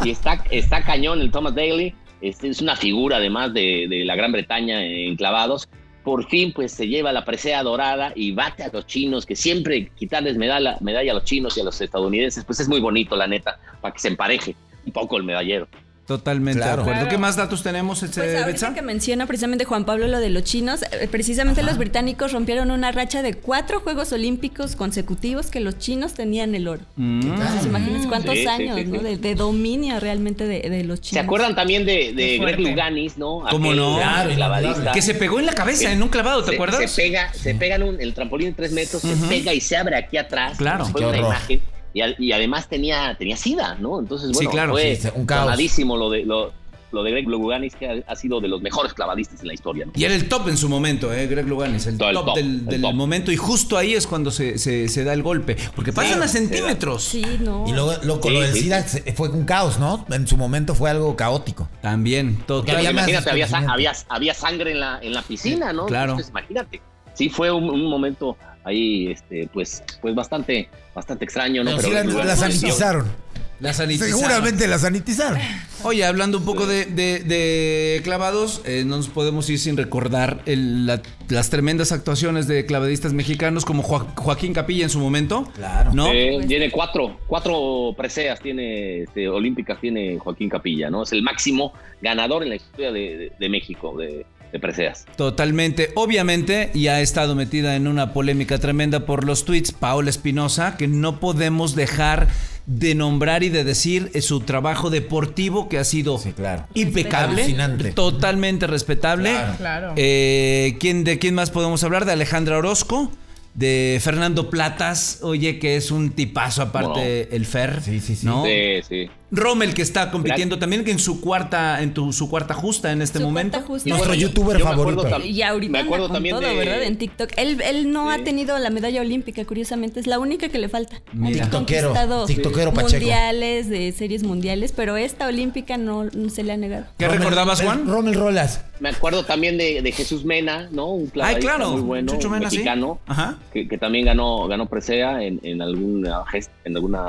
Speaker 3: y está, está cañón el Thomas Daly. Este es una figura además de, de la Gran Bretaña en clavados. Por fin, pues se lleva la presea dorada y bate a los chinos, que siempre quitarles medalla, medalla a los chinos y a los estadounidenses, pues es muy bonito, la neta, para que se empareje un poco el medallero.
Speaker 2: Totalmente
Speaker 5: Claro.
Speaker 2: de acuerdo.
Speaker 4: Claro.
Speaker 2: ¿Qué más datos tenemos, este,
Speaker 6: Pues ahorita
Speaker 2: Betsa?
Speaker 6: que menciona precisamente Juan Pablo lo de los chinos, eh, precisamente los británicos rompieron una racha de cuatro Juegos Olímpicos consecutivos que los chinos tenían el oro.
Speaker 2: Mm.
Speaker 6: Entonces, imagínate cuántos
Speaker 3: Sí, sí,
Speaker 6: años
Speaker 3: sí, sí.
Speaker 6: ¿no? De, de dominio realmente de, de los
Speaker 3: ¿Se
Speaker 6: chinos.
Speaker 3: acuerdan también de, de
Speaker 4: Qué
Speaker 3: Greg
Speaker 4: fuerte.
Speaker 3: Luganis, no?
Speaker 2: ¿Cómo no?
Speaker 3: gran
Speaker 5: Claro,
Speaker 3: clavadista.
Speaker 2: Que se pegó en la cabeza en un clavado, ¿te
Speaker 3: se,
Speaker 2: acuerdas?
Speaker 3: Se pega, se pega en un- el trampolín de tres metros, se pega y se abre aquí atrás.
Speaker 2: Claro.
Speaker 3: Fue
Speaker 5: Qué
Speaker 3: una
Speaker 5: horror.
Speaker 3: imagen. Y, al- y además tenía, tenía sida, ¿no? Entonces,
Speaker 2: Sí,
Speaker 3: bueno,
Speaker 2: claro,
Speaker 3: fue
Speaker 5: sí, un caos.
Speaker 3: clavadísimo lo de, lo, lo de Greg Luganis, que ha, ha sido de los mejores clavadistas en la historia. ¿no?
Speaker 2: Y era el top en su momento, ¿eh? Greg Luganis, el,
Speaker 3: No, el
Speaker 2: top,
Speaker 3: top,
Speaker 2: del,
Speaker 3: el
Speaker 2: del
Speaker 3: top.
Speaker 2: momento. Y justo ahí es cuando se, se- se da el golpe. Porque pasan a centímetros.
Speaker 6: Sí, no.
Speaker 5: Y luego, lo, con lo
Speaker 3: Sí,
Speaker 5: del
Speaker 3: sí,
Speaker 5: SIDA se- fue un caos, ¿no? En su momento fue algo caótico.
Speaker 2: También, todo.
Speaker 5: Claro, había más
Speaker 3: imagínate, había, sa-
Speaker 5: desconocimiento.
Speaker 3: había, había sangre en la, en la piscina, ¿no?
Speaker 2: Claro.
Speaker 3: Entonces, imagínate. Sí, fue un, un momento ahí, este, pues, pues bastante, bastante extraño, ¿no?
Speaker 5: Pero sí la,
Speaker 3: Greg
Speaker 5: la
Speaker 3: Louganis-
Speaker 5: sanitizaron.
Speaker 2: La sanitizaron.
Speaker 5: Seguramente la sanitizaron.
Speaker 2: Oye, hablando un poco de, de- de clavados, eh, no nos podemos ir sin recordar el- la- las tremendas actuaciones de clavadistas mexicanos como Joa- Joaquín Capilla en su momento.
Speaker 5: Claro.
Speaker 2: ¿No?
Speaker 3: Eh, tiene cuatro, cuatro preseas tiene, este, olímpicas tiene Joaquín Capilla, ¿no? Es el máximo ganador en la historia de, de- de México de, de preseas.
Speaker 2: Totalmente, obviamente, y ha estado metida en una polémica tremenda por los tweets Paola Espinosa, que no podemos dejar de nombrar y de decir eh, su trabajo deportivo que ha sido
Speaker 5: Sí, claro.
Speaker 2: impecable,
Speaker 5: Alucinante.
Speaker 2: totalmente respetable.
Speaker 5: Claro.
Speaker 4: Claro.
Speaker 2: Eh, ¿quién, ¿De quién más podemos hablar? De Alejandra Orozco, de Fernando Platas, oye, que es un tipazo aparte el Fer,
Speaker 5: Sí, sí, sí.
Speaker 2: ¿no?
Speaker 3: Sí, sí.
Speaker 2: Rommel que está compitiendo también que en su cuarta en tu, su cuarta justa en este
Speaker 6: Su
Speaker 2: momento.
Speaker 6: cuarta justa.
Speaker 5: Nuestro
Speaker 3: Yo-
Speaker 5: youtuber
Speaker 3: yo me acuerdo
Speaker 5: favorito.
Speaker 3: también-
Speaker 6: Y ahorita
Speaker 3: Me acuerdo
Speaker 6: anda con
Speaker 3: también
Speaker 6: todo,
Speaker 3: de-
Speaker 6: ¿verdad? En TikTok. Él, él no
Speaker 3: Sí.
Speaker 6: ha tenido la medalla olímpica, curiosamente. Es la única que le falta.
Speaker 2: Mira.
Speaker 6: Ha
Speaker 5: Tiktokero,
Speaker 6: conquistado
Speaker 5: tiktokero Pacheco.
Speaker 6: mundiales, de series mundiales, pero esta olímpica no, no se le ha negado.
Speaker 2: ¿Qué
Speaker 5: Rommel-
Speaker 2: recordabas, Juan?
Speaker 5: Rommel Rolas.
Speaker 3: Me acuerdo también de, de Jesús Mena, ¿no? Un clavadista
Speaker 2: Ay, claro.
Speaker 3: muy bueno,
Speaker 2: Chucho
Speaker 3: un
Speaker 2: Mena, sí.
Speaker 3: mexicano,
Speaker 2: Ajá.
Speaker 3: que, que también ganó, ganó presea en, en alguna gest- en alguna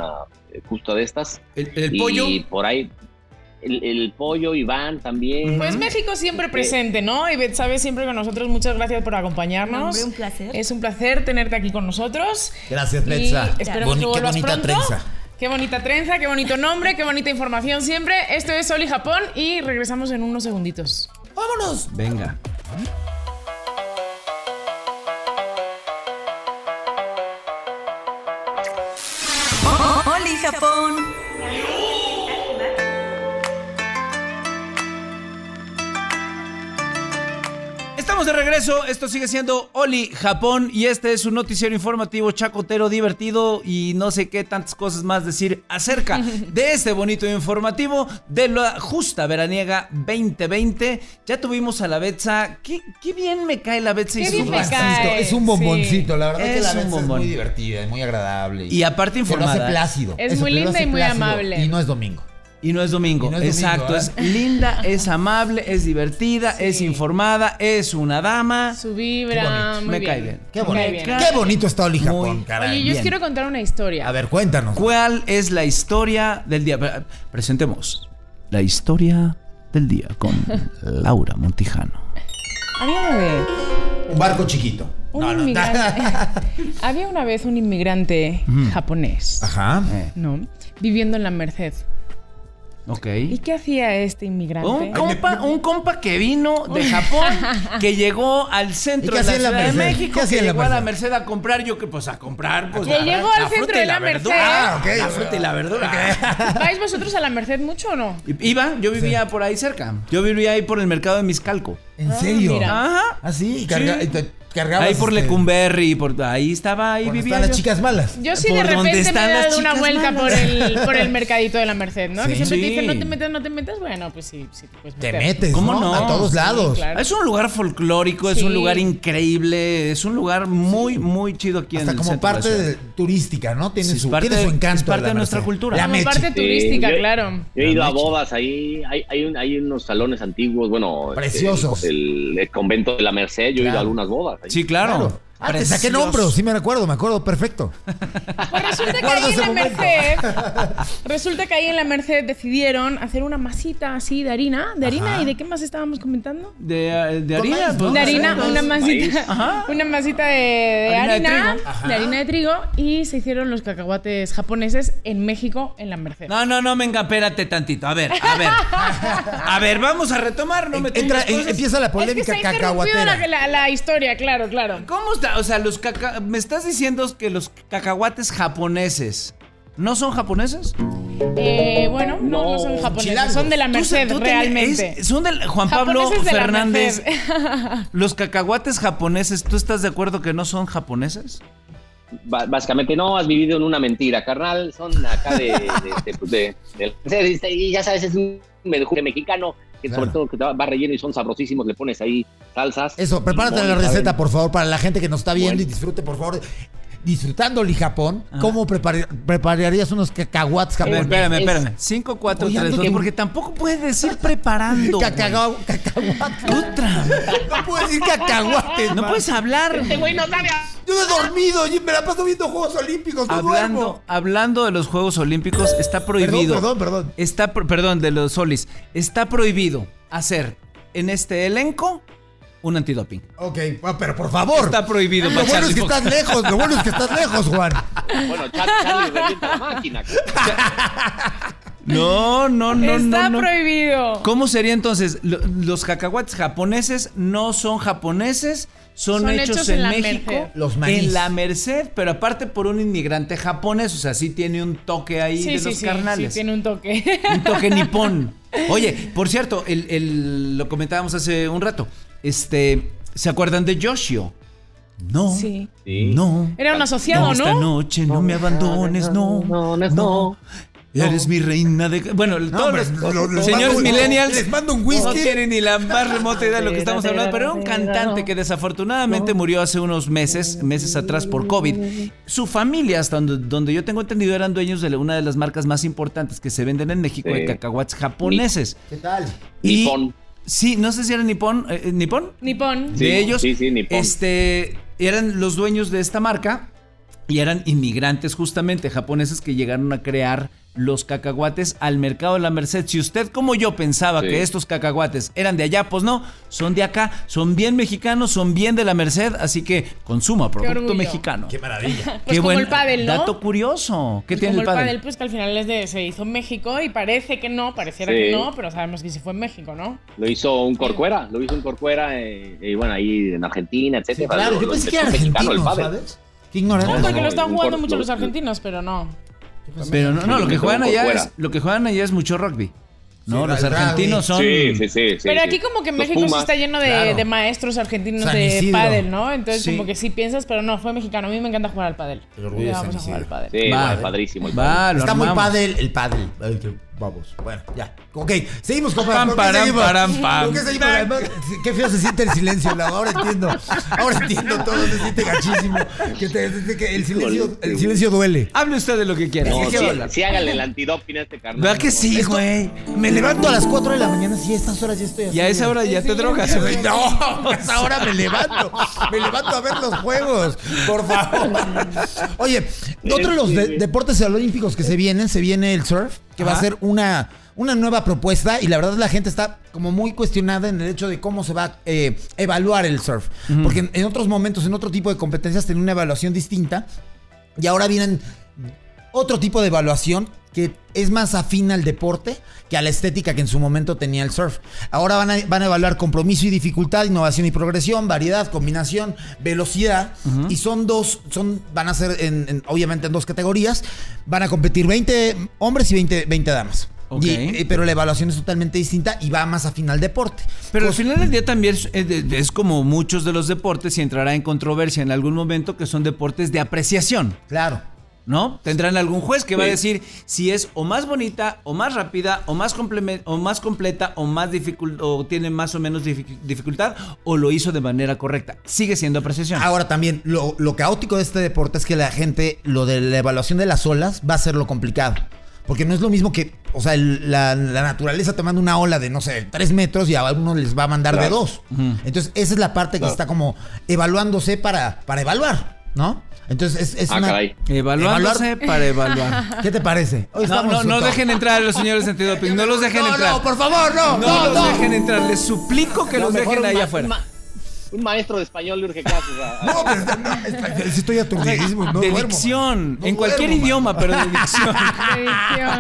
Speaker 3: eh, justa de estas.
Speaker 2: El, el
Speaker 3: Y
Speaker 2: pollo.
Speaker 3: por ahí el, el pollo, Iván también.
Speaker 4: Pues México siempre presente, ¿no? Y Bet, sabes siempre con nosotros. Muchas gracias por acompañarnos.
Speaker 6: Hombre, un placer.
Speaker 4: Es un placer tenerte aquí con nosotros.
Speaker 5: Gracias,
Speaker 4: Y
Speaker 5: Betsa.
Speaker 4: Esperemos que
Speaker 5: Boni- qué
Speaker 4: vuelvas
Speaker 5: bonita
Speaker 4: pronto.
Speaker 5: trenza.
Speaker 4: Qué bonita trenza, qué bonito nombre, qué bonita información siempre. Esto es Oli Japón y regresamos en unos segunditos. pues,
Speaker 5: ¡Vámonos!
Speaker 2: Venga.
Speaker 1: Oli Japón.
Speaker 2: Estamos de regreso, esto sigue siendo Oli Japón y este es un noticiero informativo chacotero, divertido y no sé qué tantas cosas más decir
Speaker 4: *laughs*
Speaker 2: acerca de este bonito informativo de la justa veraniega 2020. Ya tuvimos a la Betsa, qué, qué bien me cae la Betsa y
Speaker 4: Qué
Speaker 2: su
Speaker 4: bien me
Speaker 2: bastante.
Speaker 4: cae.
Speaker 5: Bonito, Es un bomboncito, la verdad
Speaker 2: Es
Speaker 5: que la
Speaker 2: un
Speaker 5: Betsa es
Speaker 2: bombón.
Speaker 5: muy divertida, es muy agradable.
Speaker 2: Y aparte
Speaker 5: se lo hace
Speaker 2: informada.
Speaker 5: plácido.
Speaker 4: Es
Speaker 5: Eso,
Speaker 4: muy
Speaker 5: te lo
Speaker 4: linda
Speaker 5: hace
Speaker 4: y muy
Speaker 5: plácido.
Speaker 4: amable.
Speaker 5: Y no es domingo.
Speaker 2: Y no es domingo.
Speaker 5: Y no es domingo, ¿eh?
Speaker 2: Exacto.
Speaker 5: ¿verdad?
Speaker 2: es linda, es amable, es divertida, es informada, es una dama.
Speaker 4: Su vibra.
Speaker 5: Qué bonito.
Speaker 4: muy
Speaker 2: Me cae bien.
Speaker 5: Qué
Speaker 4: Me
Speaker 5: bonito.
Speaker 4: cae bien.
Speaker 5: Qué bonito está Oli Japón,
Speaker 2: Muy-
Speaker 5: caray.
Speaker 4: Oye, yo os
Speaker 5: Bien.
Speaker 4: quiero contar una historia.
Speaker 5: A ver, cuéntanos.
Speaker 2: ¿Cuál es la historia del día? Pre- Presentemos la historia del día
Speaker 5: *laughs*
Speaker 2: con Laura Montijano.
Speaker 4: Había una vez
Speaker 5: Un barco chiquito.
Speaker 4: un inmigrante. Había una vez un inmigrante japonés,
Speaker 5: *laughs* Ajá.
Speaker 4: ¿no? Viviendo en la Merced.
Speaker 2: Ok.
Speaker 4: ¿Y qué hacía este inmigrante?
Speaker 2: Un compa, un compa que vino de Japón,
Speaker 5: *laughs*
Speaker 2: que llegó al centro de
Speaker 5: ¿Y
Speaker 2: la
Speaker 5: qué hacía en la
Speaker 2: Ciudad de
Speaker 5: Merced?
Speaker 2: México,
Speaker 5: ¿Qué hacía
Speaker 2: que
Speaker 5: en la
Speaker 2: llegó a la
Speaker 5: Merced?
Speaker 2: Merced a comprar, yo que pues a comprar, pues
Speaker 4: Le
Speaker 2: la-
Speaker 4: llegó
Speaker 2: la
Speaker 4: al centro
Speaker 2: fruta y
Speaker 4: de
Speaker 2: la
Speaker 4: la Merced.
Speaker 2: verdura.
Speaker 5: Ah, ok,
Speaker 2: La
Speaker 5: ok.
Speaker 2: fruta y la verdura.
Speaker 4: *laughs* ¿Vais vosotros a la Merced mucho o no?
Speaker 2: Iba, yo vivía por ahí cerca. Yo vivía ahí por el mercado de Miscalco.
Speaker 5: ¿En serio?
Speaker 4: Ah, mira.
Speaker 2: Ajá.
Speaker 5: Ah, sí, y carga-
Speaker 2: Sí.
Speaker 5: y te cargabas,
Speaker 2: Ahí por
Speaker 5: este,
Speaker 2: Lecumberri, por ahí estaba, ahí
Speaker 5: cuando
Speaker 2: vivía.
Speaker 5: estaban las
Speaker 2: yo.
Speaker 5: chicas malas.
Speaker 4: Yo sí
Speaker 2: Por
Speaker 4: de
Speaker 2: donde
Speaker 4: repente me
Speaker 2: están
Speaker 4: he
Speaker 2: las
Speaker 4: dado una
Speaker 2: chicas
Speaker 4: vuelta por el, por el mercadito de la Merced, ¿no?
Speaker 5: Sí.
Speaker 4: Que siempre
Speaker 2: Sí.
Speaker 4: te dicen, no te metas, no te metas. Bueno, pues sí, sí te puedes
Speaker 5: Te
Speaker 4: meter.
Speaker 5: metes,
Speaker 2: ¿Cómo
Speaker 5: ¿no?
Speaker 2: no?
Speaker 5: A todos
Speaker 2: Sí,
Speaker 5: lados.
Speaker 4: claro.
Speaker 2: Ah, Es un lugar folclórico, es
Speaker 4: Sí.
Speaker 2: un lugar increíble, es un lugar muy, muy chido aquí en
Speaker 5: Hasta
Speaker 2: el
Speaker 5: como
Speaker 2: centro de la
Speaker 5: parte
Speaker 2: ciudad.
Speaker 5: de- turística, ¿no? Tiene,
Speaker 2: Sí, es
Speaker 5: su,
Speaker 2: parte
Speaker 5: tiene su
Speaker 2: de-
Speaker 5: encanto.
Speaker 2: es parte de
Speaker 5: la
Speaker 2: nuestra
Speaker 5: Merced.
Speaker 2: cultura.
Speaker 5: La
Speaker 4: Como
Speaker 5: mecha.
Speaker 4: parte turística,
Speaker 3: yo-
Speaker 4: claro.
Speaker 3: Yo he ido
Speaker 5: La
Speaker 3: a
Speaker 5: mecha.
Speaker 3: bodas, ahí hay, hay, un- hay unos salones antiguos, bueno. este,
Speaker 5: Preciosos.
Speaker 3: El, el convento de la Merced, yo he ido
Speaker 5: Claro.
Speaker 3: a algunas bodas. ahí.
Speaker 2: Sí, claro.
Speaker 5: Ah, te saqué el
Speaker 2: Precioso.
Speaker 5: hombro, sí me recuerdo, me acuerdo perfecto.
Speaker 4: Pues resulta que
Speaker 5: Guarda
Speaker 4: ahí en
Speaker 5: ese
Speaker 4: la
Speaker 5: momento.
Speaker 4: Merced, resulta que ahí en la Merced decidieron hacer una masita así de harina, de harina y de qué más estábamos comentando.
Speaker 2: De, eh, de
Speaker 5: Con
Speaker 2: harina,
Speaker 5: maíz,
Speaker 2: pues,
Speaker 5: ¿no?
Speaker 4: De
Speaker 2: no sé,
Speaker 4: harina,
Speaker 2: pues,
Speaker 4: una masita,
Speaker 3: maíz.
Speaker 2: Ajá.
Speaker 4: una masita de, de
Speaker 2: Harina de
Speaker 4: harina,
Speaker 2: trigo.
Speaker 4: de harina de trigo y se hicieron los cacahuates japoneses en México en la Merced.
Speaker 2: No, no, no, venga, espérate tantito. A ver, a ver. A ver, vamos a retomar, no me tumbes
Speaker 5: Entra-
Speaker 2: cosas.
Speaker 5: empieza la
Speaker 4: es que
Speaker 5: polémica
Speaker 4: se ha interrumpido
Speaker 5: cacahuatera.
Speaker 4: la, la- la historia, claro, claro.
Speaker 2: ¿Cómo está? O sea, los caca... ¿me estás diciendo que los cacahuates japoneses no son japoneses?
Speaker 4: Eh, bueno, no, no, son japoneses,
Speaker 5: chilangos.
Speaker 4: son de la Merced
Speaker 2: Tú- tú tenías-
Speaker 4: realmente.
Speaker 2: es- son del Juan Pablo
Speaker 4: Japoneses de la
Speaker 2: Fernández.
Speaker 4: *laughs* Merced.
Speaker 2: Los cacahuates japoneses, ¿tú estás de acuerdo que no son japoneses?
Speaker 3: Ba- básicamente, no, has vivido en una mentira, carnal. Son acá de. de- de- pues, de- de- y ya sabes, es un menjurje mexicano que
Speaker 5: Claro.
Speaker 3: sobre todo que va relleno y son sabrosísimos. Le pones ahí salsas.
Speaker 5: Eso, prepárate
Speaker 3: limón,
Speaker 5: la
Speaker 3: ¿saben?
Speaker 5: receta, por favor, para la gente que nos está viendo
Speaker 3: Bueno.
Speaker 5: y disfrute, por favor. Disfrutándole Japón,
Speaker 2: Ajá.
Speaker 5: ¿cómo prepar- prepararías unos cacahuates
Speaker 2: A ver,
Speaker 5: japoneses?
Speaker 2: espérame,
Speaker 3: es-
Speaker 2: espérame. 5, 4,
Speaker 5: Oye,
Speaker 2: 3,
Speaker 5: ando
Speaker 2: 2,
Speaker 5: que-
Speaker 2: porque tampoco puedes decir
Speaker 5: *laughs*
Speaker 2: preparando. güey.
Speaker 5: Cacagua- cacahuate.
Speaker 2: Otra.
Speaker 5: No puedo decir cacahuates.
Speaker 2: No
Speaker 5: man.
Speaker 2: puedes hablar.
Speaker 4: Este
Speaker 5: Yo no he dormido, y me la paso viendo Juegos Olímpicos. No
Speaker 2: Hablando,
Speaker 5: duermo.
Speaker 2: hablando de los Juegos Olímpicos, está
Speaker 5: Perdón,
Speaker 2: prohibido.
Speaker 5: perdón, perdón.
Speaker 2: Está, pro- perdón, de los solis. Está prohibido hacer en este elenco un antidoping.
Speaker 5: Ok, ah, pero por favor. Ah,
Speaker 2: Está prohibido.
Speaker 5: Lo bueno es que estás lejos, lo bueno es que estás lejos, Juan.
Speaker 3: Bueno, Char- Charlie revienta la
Speaker 5: *laughs*
Speaker 3: máquina.
Speaker 2: No, no, no,
Speaker 4: Está
Speaker 2: no. no.
Speaker 4: prohibido.
Speaker 2: ¿Cómo sería entonces? Lo- Los cacahuates japoneses no son japoneses, son,
Speaker 4: Son
Speaker 2: hechos,
Speaker 4: hechos
Speaker 2: en,
Speaker 4: en la
Speaker 2: México,
Speaker 4: Merced.
Speaker 5: Los maíz.
Speaker 2: en la Merced, pero aparte por un inmigrante japonés, o sea, sí tiene un toque ahí de los carnales.
Speaker 4: sí, tiene un toque. *laughs*
Speaker 2: Un toque nipón. Oye, por cierto, el, el- lo comentábamos hace un rato. Este, ¿se acuerdan de Yoshio? No.
Speaker 4: Sí.
Speaker 2: No.
Speaker 4: Era un
Speaker 2: No,
Speaker 4: asociado,
Speaker 2: Esta
Speaker 4: ¿no?
Speaker 2: noche no, me abandones, no. No, no, Eres mi reina de. Bueno, todos
Speaker 5: hombre,
Speaker 2: los,
Speaker 5: lo- lo- les
Speaker 2: señores
Speaker 5: mando un-
Speaker 2: millennials.
Speaker 5: les mando un whisky.
Speaker 2: No tienen ni la más remota idea de lo que estamos hablando, pero era un cantante que desafortunadamente murió hace unos meses, meses atrás por COVID. Su familia, hasta donde, donde yo tengo entendido, eran dueños de la- una de las marcas más importantes que se venden en México
Speaker 3: Sí.
Speaker 2: de cacahuates japoneses.
Speaker 5: ¿Qué tal?
Speaker 2: Y-
Speaker 3: Nippon.
Speaker 2: Sí, no sé si era nipón. eh, ¿Nipón?
Speaker 4: Nipón.
Speaker 3: Sí,
Speaker 2: de ellos.
Speaker 3: sí, sí, Nippon.
Speaker 2: Este, eran los dueños de esta marca y eran inmigrantes justamente japoneses que llegaron a crear los cacahuates al mercado de la Merced. Si usted como yo pensaba
Speaker 3: Sí.
Speaker 2: que estos cacahuates eran de allá, pues no, son de acá, son bien mexicanos, son bien de la Merced, así que consuma producto
Speaker 4: orgullo.
Speaker 2: mexicano. Qué,
Speaker 5: maravilla.
Speaker 4: Pues como
Speaker 2: buen
Speaker 4: el pádel, ¿no?
Speaker 2: dato curioso. ¿Qué
Speaker 4: Pues
Speaker 2: tiene el
Speaker 4: como el
Speaker 2: pádel?
Speaker 4: pádel, pues que al final es de- se hizo en México y parece que no, pareciera
Speaker 3: Sí.
Speaker 4: que no, pero sabemos que sí fue en México, ¿no?
Speaker 3: Lo hizo un corcuera, lo hizo un corcuera, eh, eh, bueno, ahí en Argentina, etcétera.
Speaker 5: claro,
Speaker 3: Lo-
Speaker 5: yo
Speaker 3: lo
Speaker 5: pensé que era
Speaker 3: empezó un mexicano,
Speaker 5: argentino,
Speaker 3: el pádel.
Speaker 5: ¿sabes? Qué ignorante.
Speaker 4: No,
Speaker 3: no,
Speaker 4: porque lo están
Speaker 3: un
Speaker 4: jugando
Speaker 3: cor-
Speaker 4: mucho
Speaker 3: lo-
Speaker 4: los argentinos, pero no. pues,
Speaker 2: Pero no, no, lo que
Speaker 3: Sí,
Speaker 2: juegan
Speaker 3: como
Speaker 2: allá
Speaker 3: fuera.
Speaker 2: es, lo que juegan allá es mucho rugby. No,
Speaker 5: Sí,
Speaker 2: los
Speaker 5: el rugby.
Speaker 2: argentinos son
Speaker 3: Sí, sí, sí. sí,
Speaker 4: pero
Speaker 3: sí.
Speaker 4: aquí como que
Speaker 3: Los
Speaker 4: México sí
Speaker 3: Pumas,
Speaker 4: está lleno de,
Speaker 5: claro.
Speaker 4: de maestros argentinos
Speaker 5: San
Speaker 4: de
Speaker 5: Isidro.
Speaker 4: pádel, ¿no? Entonces
Speaker 2: Sí.
Speaker 4: como que sí piensas, pero no, fue mexicano. A mí me encanta jugar al pádel.
Speaker 5: El orgullo de
Speaker 4: Ya vamos
Speaker 5: San
Speaker 4: a jugar al
Speaker 5: Isidro.
Speaker 4: pádel.
Speaker 3: Sí,
Speaker 2: Va.
Speaker 3: no, es padrísimo. el pádel.
Speaker 2: Va, lo
Speaker 5: Está muy
Speaker 2: armamos.
Speaker 5: padre el padre. Vamos. Bueno, ya. Ok, seguimos con
Speaker 2: Pam,
Speaker 5: ¿Con qué
Speaker 2: param,
Speaker 5: seguimos?
Speaker 2: param, pam.
Speaker 5: ¿Con qué seguimos? Además, Qué feo se siente el silencio, Lau. Ahora entiendo. Ahora entiendo todo. Se siente gachísimo. Que, te- que el, silencio, el silencio duele.
Speaker 2: Hable usted de lo que quiera.
Speaker 3: No,
Speaker 2: ¿De qué
Speaker 3: sí,
Speaker 2: va a hablar?
Speaker 3: sí, háganle el antidoping a este carnal.
Speaker 2: ¿Verdad que
Speaker 3: No,
Speaker 2: sí, güey?
Speaker 5: Me levanto a las 4 de la mañana. Sí, a estas horas ya estoy así.
Speaker 2: Y a esa hora ya te drogas, güey.
Speaker 5: No, pues ahora me levanto. Me levanto a ver los juegos. Por favor. Oye, otro de los de- deportes olímpicos que se vienen, se viene el surf, que va a
Speaker 2: Ajá.
Speaker 5: ser una, una nueva propuesta. Y la verdad, la gente está como muy cuestionada en el hecho de cómo se va a eh, evaluar el surf. Porque en, en otros momentos, en otro tipo de competencias, tiene una evaluación distinta. Y ahora vienen otro tipo de evaluación que es más afín al deporte que a la estética que en su momento tenía el surf. Ahora van a, van a evaluar compromiso y dificultad, innovación y progresión, variedad, combinación, velocidad. Y son dos, son, van a ser en- en- obviamente en dos categorías. Van a competir 20 hombres y 20, 20 damas.
Speaker 2: Ok.
Speaker 5: Y- y- pero la evaluación es totalmente distinta y va más afín al deporte. Pues,
Speaker 2: Pero al
Speaker 5: Cos-
Speaker 2: final del día también es, es- es como muchos de los deportes y entrará en controversia en algún momento que son deportes de apreciación,
Speaker 5: Claro.
Speaker 2: ¿no? Tendrán algún juez que va a
Speaker 3: Sí.
Speaker 2: decir si es o más bonita o más rápida o más, complemen- o más completa o más dificul- o tiene más o menos dific- dificultad o lo hizo de manera correcta. Sigue siendo apreciación.
Speaker 5: Ahora también, lo, lo caótico de este deporte es que la gente, lo de la evaluación de las olas va a ser lo complicado. Porque no es lo mismo que, o sea, el- la, la naturaleza te manda una ola de, no sé, tres metros y a algunos les va a mandar de
Speaker 3: Claro.
Speaker 5: dos. Entonces, esa es la parte que
Speaker 3: Claro.
Speaker 5: está como evaluándose para, para evaluar, ¿no? Entonces, es, es
Speaker 3: Ah,
Speaker 5: una-
Speaker 3: caray.
Speaker 2: Evaluándose
Speaker 5: Evaluar-
Speaker 2: para evaluar.
Speaker 5: ¿Qué te parece?
Speaker 2: No,
Speaker 5: Hoy estamos
Speaker 2: no, no
Speaker 5: juntos.
Speaker 2: dejen entrar a los señores de sentido opinión. No los dejen
Speaker 5: No, no,
Speaker 2: entrar.
Speaker 5: por favor, no,
Speaker 2: No
Speaker 5: no,
Speaker 2: los
Speaker 5: no.
Speaker 2: dejen entrar. Les suplico que
Speaker 3: No,
Speaker 2: los
Speaker 3: mejor
Speaker 2: dejen
Speaker 3: un
Speaker 2: allá
Speaker 3: ma-
Speaker 2: afuera.
Speaker 3: un ma- Un maestro de español le urge clases a- a-
Speaker 5: No, pero- no, estoy- estoy aturdidísimo, no
Speaker 2: de
Speaker 5: duermo.
Speaker 2: dicción.
Speaker 5: No
Speaker 2: en cualquier
Speaker 5: duermo,
Speaker 2: idioma, pero de *laughs* dicción.
Speaker 4: Edición.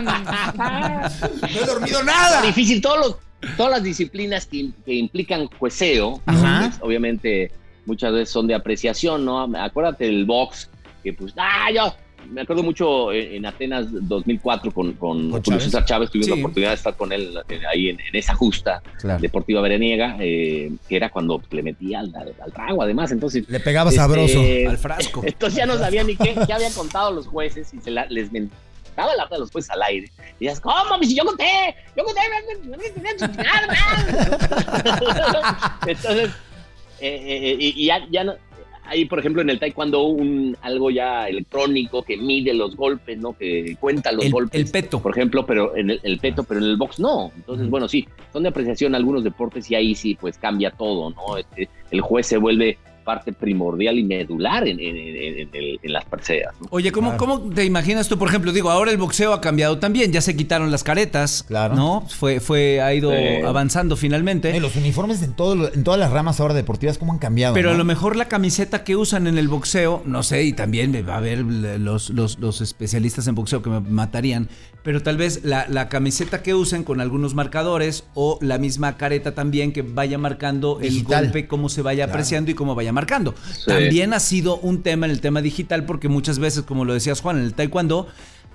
Speaker 4: Ah,
Speaker 5: No he dormido nada.
Speaker 3: difícil. Todos los- todas las disciplinas que, que implican jueceo,
Speaker 5: Ajá.
Speaker 3: pues, obviamente muchas veces son de apreciación, ¿no? Acuérdate del box, que pues, ah, yo me acuerdo mucho en, en Atenas 2004 con, con,
Speaker 5: Con
Speaker 3: Julio
Speaker 5: Chávez.
Speaker 3: César Chávez, tuvimos
Speaker 2: Sí.
Speaker 3: la oportunidad de estar con él eh, ahí en, en esa justa
Speaker 5: Claro.
Speaker 3: deportiva veraniega, eh, que era cuando le metía al, al trago, además, entonces...
Speaker 5: Le pegaba
Speaker 3: este,
Speaker 5: sabroso.
Speaker 2: Al
Speaker 3: *laughs*
Speaker 2: frasco.
Speaker 3: entonces ya no sabía ni qué, ya habían contado los jueces y se la- les mentaba la a los jueces al aire. Y ellas, ¿cómo? Si yo conté, yo conté, entonces, eh, eh, eh, y y ya, ya no, hay por ejemplo en el taekwondo un algo ya electrónico que mide los golpes, ¿no? Que cuenta los
Speaker 2: El,
Speaker 3: golpes
Speaker 2: el peto.
Speaker 3: por ejemplo, pero en el, el peto, pero en el box no. Entonces, bueno, sí, son de apreciación algunos deportes y ahí sí, pues cambia todo, ¿no? Este, el juez se vuelve parte primordial y medular en, en- en- en el- en las parcelas. ¿no?
Speaker 2: Oye, ¿cómo,
Speaker 5: Claro.
Speaker 2: ¿cómo te imaginas tú? Por ejemplo, digo, ahora el boxeo ha cambiado también, ya se quitaron las caretas.
Speaker 5: Claro.
Speaker 2: ¿No? Fue, fue, ha ido
Speaker 3: Sí.
Speaker 2: avanzando finalmente.
Speaker 5: Eh, los uniformes en, todo lo- en todas las ramas ahora deportivas, ¿cómo han cambiado?
Speaker 2: Pero a
Speaker 5: no?
Speaker 2: lo mejor la camiseta que usan en el boxeo, no sé, y también va a haber los, los, los especialistas en boxeo que me matarían, pero tal vez la, la camiseta que usen con algunos marcadores o la misma careta también que vaya marcando
Speaker 5: Digital.
Speaker 2: el golpe, cómo se vaya
Speaker 5: Claro.
Speaker 2: apreciando y cómo vaya marcando. También ha sido un tema en el tema digital porque muchas veces, como lo decías Juan, en el taekwondo...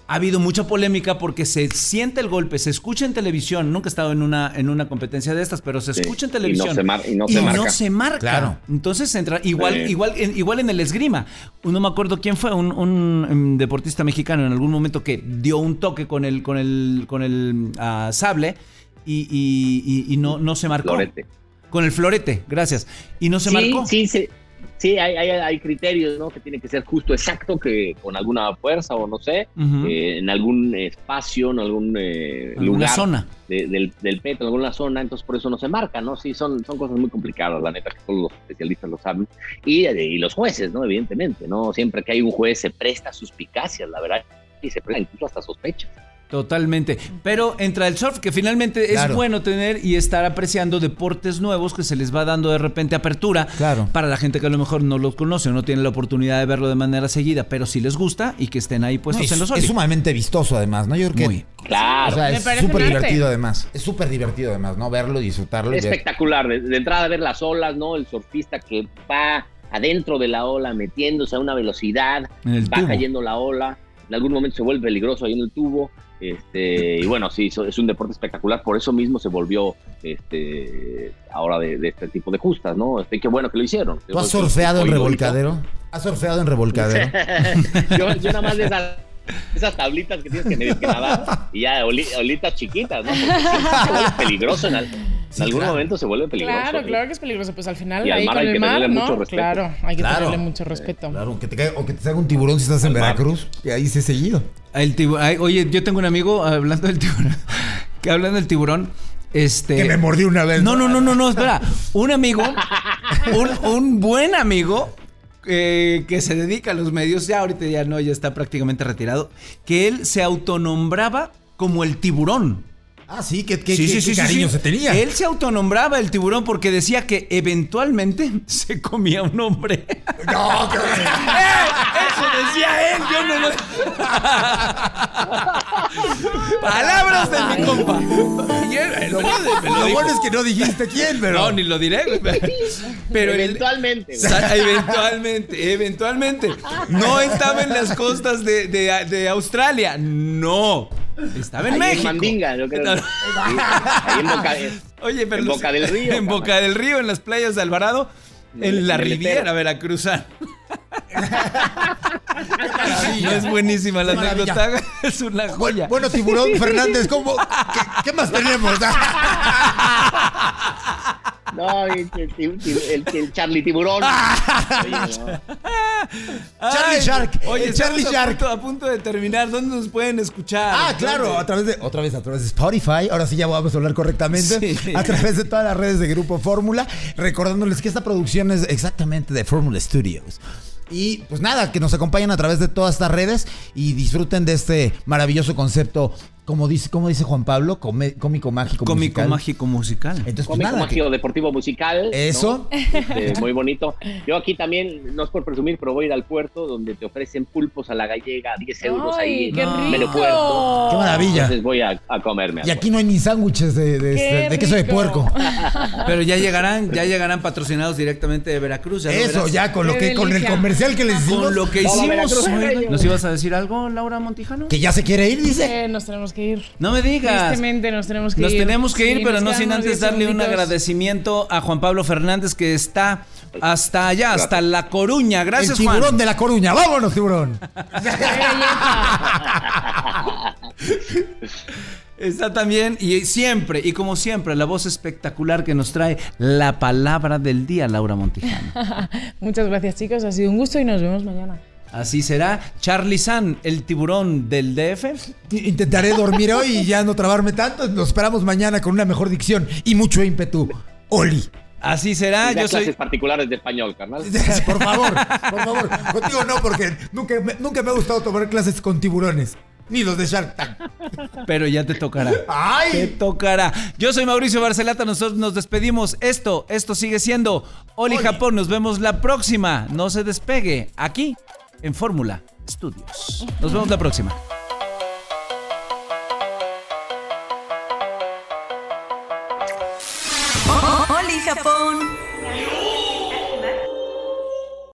Speaker 2: Ha habido mucha polémica porque se siente el golpe, se escucha en televisión. Nunca he estado en una, en una competencia de estas, pero se
Speaker 3: Sí,
Speaker 2: escucha en
Speaker 3: y no
Speaker 2: televisión.
Speaker 3: se mar- y no se marca.
Speaker 2: se marca.
Speaker 5: Claro.
Speaker 2: Entonces entra igual,
Speaker 3: Sí.
Speaker 2: igual, en, igual en el esgrima. No me acuerdo quién fue, un, un, mm, deportista mexicano en algún momento que dio un toque con el, con el, con el mm, ah, sable y, y- y- y no, no se marcó.
Speaker 3: Florete.
Speaker 2: Con el florete, gracias. Y no se
Speaker 3: sí,
Speaker 2: marcó.
Speaker 3: sí, sí. Sí, hay, hay- hay criterios, ¿no? Que tiene que ser justo, exacto, que con alguna fuerza o no sé,
Speaker 2: Ujú.
Speaker 3: eh, en algún espacio, en algún eh,
Speaker 2: Alguna
Speaker 3: lugar
Speaker 2: zona.
Speaker 3: de- del, del peto, en alguna zona, entonces por eso no se marca, ¿no? Sí, son, son cosas muy complicadas, la neta, que todos los especialistas lo saben. Y, eh, y los jueces, ¿no? Evidentemente, ¿no? Siempre que hay un juez se presta suspicacias, la verdad, y se presta incluso hasta sospechas.
Speaker 2: Totalmente. Pero entra el surf, que finalmente
Speaker 5: Claro.
Speaker 2: es bueno tener y estar apreciando deportes nuevos que se les va dando de repente apertura
Speaker 5: Claro.
Speaker 2: para la gente que a lo mejor no los conoce o no tiene la oportunidad de verlo de manera seguida, pero si les gusta y que estén ahí
Speaker 5: No,
Speaker 2: puestos
Speaker 5: es,
Speaker 2: en los
Speaker 5: es
Speaker 2: olímpicos.
Speaker 5: sumamente vistoso además, ¿no? Yo creo que...
Speaker 2: Muy.
Speaker 5: O
Speaker 3: Claro.
Speaker 5: sea,
Speaker 4: Me
Speaker 5: es
Speaker 4: parece un
Speaker 5: súper
Speaker 4: arte.
Speaker 5: divertido además. Es súper divertido además, ¿no? Verlo, disfrutarlo. y
Speaker 3: Es
Speaker 5: ver-
Speaker 3: espectacular. De, de entrada, ver las olas, ¿no? El surfista que va adentro de la ola metiéndose a una velocidad,
Speaker 2: En el
Speaker 3: va
Speaker 2: tubo.
Speaker 3: cayendo la ola. En algún momento se vuelve peligroso ahí en el tubo. Este, y bueno, sí, so- es un deporte espectacular. Por eso mismo se volvió este, ahora de, de este tipo de justas, ¿no? Este, qué bueno que lo hicieron.
Speaker 5: ¿Tú has surfeado en
Speaker 3: Oigo,
Speaker 5: revolcadero? ¿Has surfeado
Speaker 2: *laughs*
Speaker 5: en revolcadero?
Speaker 3: *laughs* yo, yo nada más de esas, esas tablitas que tienes que medir que nadar y ya oli- olitas chiquitas, ¿no? Porque siempre se vuelve
Speaker 5: *laughs*
Speaker 3: peligroso en, al- en
Speaker 5: Sí,
Speaker 3: algún
Speaker 5: claro.
Speaker 3: momento se vuelve peligroso.
Speaker 4: Claro,
Speaker 3: ¿sí?
Speaker 4: claro que es peligroso. Pues al final
Speaker 3: Y al
Speaker 4: ahí
Speaker 3: mar
Speaker 4: con
Speaker 3: hay
Speaker 4: el
Speaker 3: que
Speaker 4: mar,
Speaker 3: tenerle
Speaker 4: ¿no?
Speaker 3: mucho respeto.
Speaker 4: Claro, hay que
Speaker 5: Claro.
Speaker 4: tenerle mucho respeto.
Speaker 5: Claro, que te caiga, o que te salga un tiburón si estás
Speaker 3: Al
Speaker 5: en
Speaker 3: mar.
Speaker 5: Veracruz. Que ahí se seguido.
Speaker 2: El tibu- ay, oye, yo tengo un amigo hablando del tiburón. *laughs* que hablando del tiburón. Este.
Speaker 5: Que me mordió una vez.
Speaker 2: No, no, no, no, no, espera. Un
Speaker 5: *laughs*
Speaker 2: amigo, un, un buen amigo eh, que se dedica a los medios, ya ahorita ya no, ya está prácticamente retirado, que él se autonombraba como el tiburón.
Speaker 5: Ah, sí, que, que, que- que cariño
Speaker 2: sí.
Speaker 5: se tenía.
Speaker 2: Él se autonombraba el tiburón porque decía *laughs* que eventualmente se comía un hombre.
Speaker 5: *laughs* No, que...
Speaker 2: ¡Eh! *laughs* Eso Decía él, yo no lo. *laughs* Palabras de mi compa. Y él, él
Speaker 5: Lo,
Speaker 2: me lo- me lo
Speaker 5: lo
Speaker 2: dijo.
Speaker 5: bueno es que no dijiste quién, pero.
Speaker 2: No, ni lo diré. güey.
Speaker 7: *laughs*
Speaker 2: Pero el-
Speaker 7: Eventualmente, güey.
Speaker 2: Sa- eventualmente, eventualmente. No estaba en las costas de, de- de Australia. No. Estaba en
Speaker 7: Ahí en
Speaker 2: México.
Speaker 7: Mandinga, yo creo.
Speaker 2: No.
Speaker 7: Sí, ahí en Boca-
Speaker 3: eh,
Speaker 2: Oye, pero
Speaker 7: en
Speaker 2: los-
Speaker 7: Boca del Río,
Speaker 2: *laughs* En
Speaker 7: cabrón.
Speaker 2: Boca del Río, en las playas de Alvarado. En
Speaker 7: el-
Speaker 2: la
Speaker 7: en el
Speaker 2: Riviera
Speaker 7: estero.
Speaker 2: Veracruzana.
Speaker 5: *laughs*
Speaker 2: No es buenísima la
Speaker 5: Maravilla.
Speaker 2: anécdota. *laughs* Es una joya.
Speaker 5: Bueno, Tiburón Fernández, ¿cómo? ¿Qué, qué
Speaker 2: *laughs*
Speaker 5: más tenemos?
Speaker 7: No, el, el- el- el- el Charlie Tiburón. Oye, no.
Speaker 5: Charlie Shark,
Speaker 2: Oye,
Speaker 5: el
Speaker 2: Charlie
Speaker 5: Charlie Shark.
Speaker 2: Shark. a punto de terminar. ¿Dónde nos pueden escuchar?
Speaker 5: Ah, claro, a través de, otra vez a través de Spotify, ahora sí ya vamos a hablar correctamente,
Speaker 2: Sí.
Speaker 5: a través de todas las redes de Grupo Fórmula, recordándoles que esta producción es exactamente de Fórmula Studios. Y pues nada, que nos acompañen a través de todas estas redes y disfruten de este maravilloso concepto, como dice, como dice Juan Pablo, come- cómico mágico.
Speaker 2: Cómico
Speaker 5: musical.
Speaker 2: mágico musical.
Speaker 5: Entonces, pues
Speaker 3: Cómico
Speaker 5: nada, que-
Speaker 3: mágico deportivo musical. ¿no?
Speaker 5: Eso.
Speaker 4: *laughs*
Speaker 3: Este, muy bonito. Yo aquí también, no es por presumir, pero voy a ir al puerto donde te ofrecen pulpos a la gallega, 10 euros
Speaker 4: ¡Ay,
Speaker 3: ahí.
Speaker 4: qué
Speaker 2: No.
Speaker 4: rico!
Speaker 3: Aeropuerto.
Speaker 5: qué maravilla.
Speaker 3: Entonces voy a, a comerme.
Speaker 5: Y
Speaker 3: algo.
Speaker 5: aquí no hay ni sándwiches de, este, de-
Speaker 4: ¡Qué
Speaker 5: de queso de
Speaker 4: rico! *laughs*
Speaker 5: puerco.
Speaker 2: Pero ya llegarán, ya llegarán patrocinados directamente de Veracruz. ya lo
Speaker 5: Eso,
Speaker 2: verás.
Speaker 5: ya con lo
Speaker 4: Qué
Speaker 5: que, con el
Speaker 4: delicia.
Speaker 5: comercial que les hicimos.
Speaker 2: Con lo que
Speaker 7: Todo
Speaker 2: hicimos.
Speaker 7: Veracruz,
Speaker 2: oigan.
Speaker 7: bello.
Speaker 2: ¿Nos ibas a decir algo, Laura Montijano?
Speaker 5: Que ya se quiere ir, dice.
Speaker 4: Eh, nos tenemos que ir.
Speaker 2: No me digas.
Speaker 4: Tristemente nos tenemos que
Speaker 2: Nos
Speaker 4: ir.
Speaker 2: tenemos que ir,
Speaker 4: Sí,
Speaker 2: pero
Speaker 4: nos
Speaker 2: no
Speaker 4: quedan
Speaker 2: sin
Speaker 4: unos
Speaker 2: antes
Speaker 4: 10
Speaker 2: darle un
Speaker 4: segunditos.
Speaker 2: agradecimiento a Juan Pablo Fernández que está hasta allá, hasta La Coruña.
Speaker 5: El
Speaker 2: Gracias,
Speaker 5: tiburón
Speaker 2: Juan.
Speaker 5: de la Coruña. Vámonos, tiburón.
Speaker 4: ¡Qué belleza!
Speaker 2: Está también y siempre, y como siempre, la voz espectacular que nos trae la palabra del día, Laura Montijano.
Speaker 4: *laughs* Muchas gracias, chicos. Ha sido un gusto y nos vemos mañana.
Speaker 2: Así será. Charlie San, el tiburón del DF.
Speaker 5: Intentaré dormir hoy y ya no trabarme tanto. Nos esperamos mañana con una mejor dicción y mucho ímpetu. Oli. *laughs*
Speaker 2: Así
Speaker 3: Y
Speaker 2: será.
Speaker 3: da
Speaker 2: Yo soy
Speaker 3: clases particulares de español, carnal.
Speaker 5: Por favor, por favor. Contigo no, porque nunca me, nunca me ha gustado tomar clases con tiburones. Ni los de Shark Tank.
Speaker 2: Pero ya te
Speaker 4: *laughs*
Speaker 2: tocará.
Speaker 4: Ah,
Speaker 5: ¡Ay!
Speaker 2: Te tocará. Yo soy Mauricio Barcelata, nosotros nos despedimos. Esto, esto sigue siendo Oli, Japón. Nos vemos la próxima. No se despegue aquí en Fórmula Studios. Nos vemos la próxima.
Speaker 1: O- o- Oli Japón.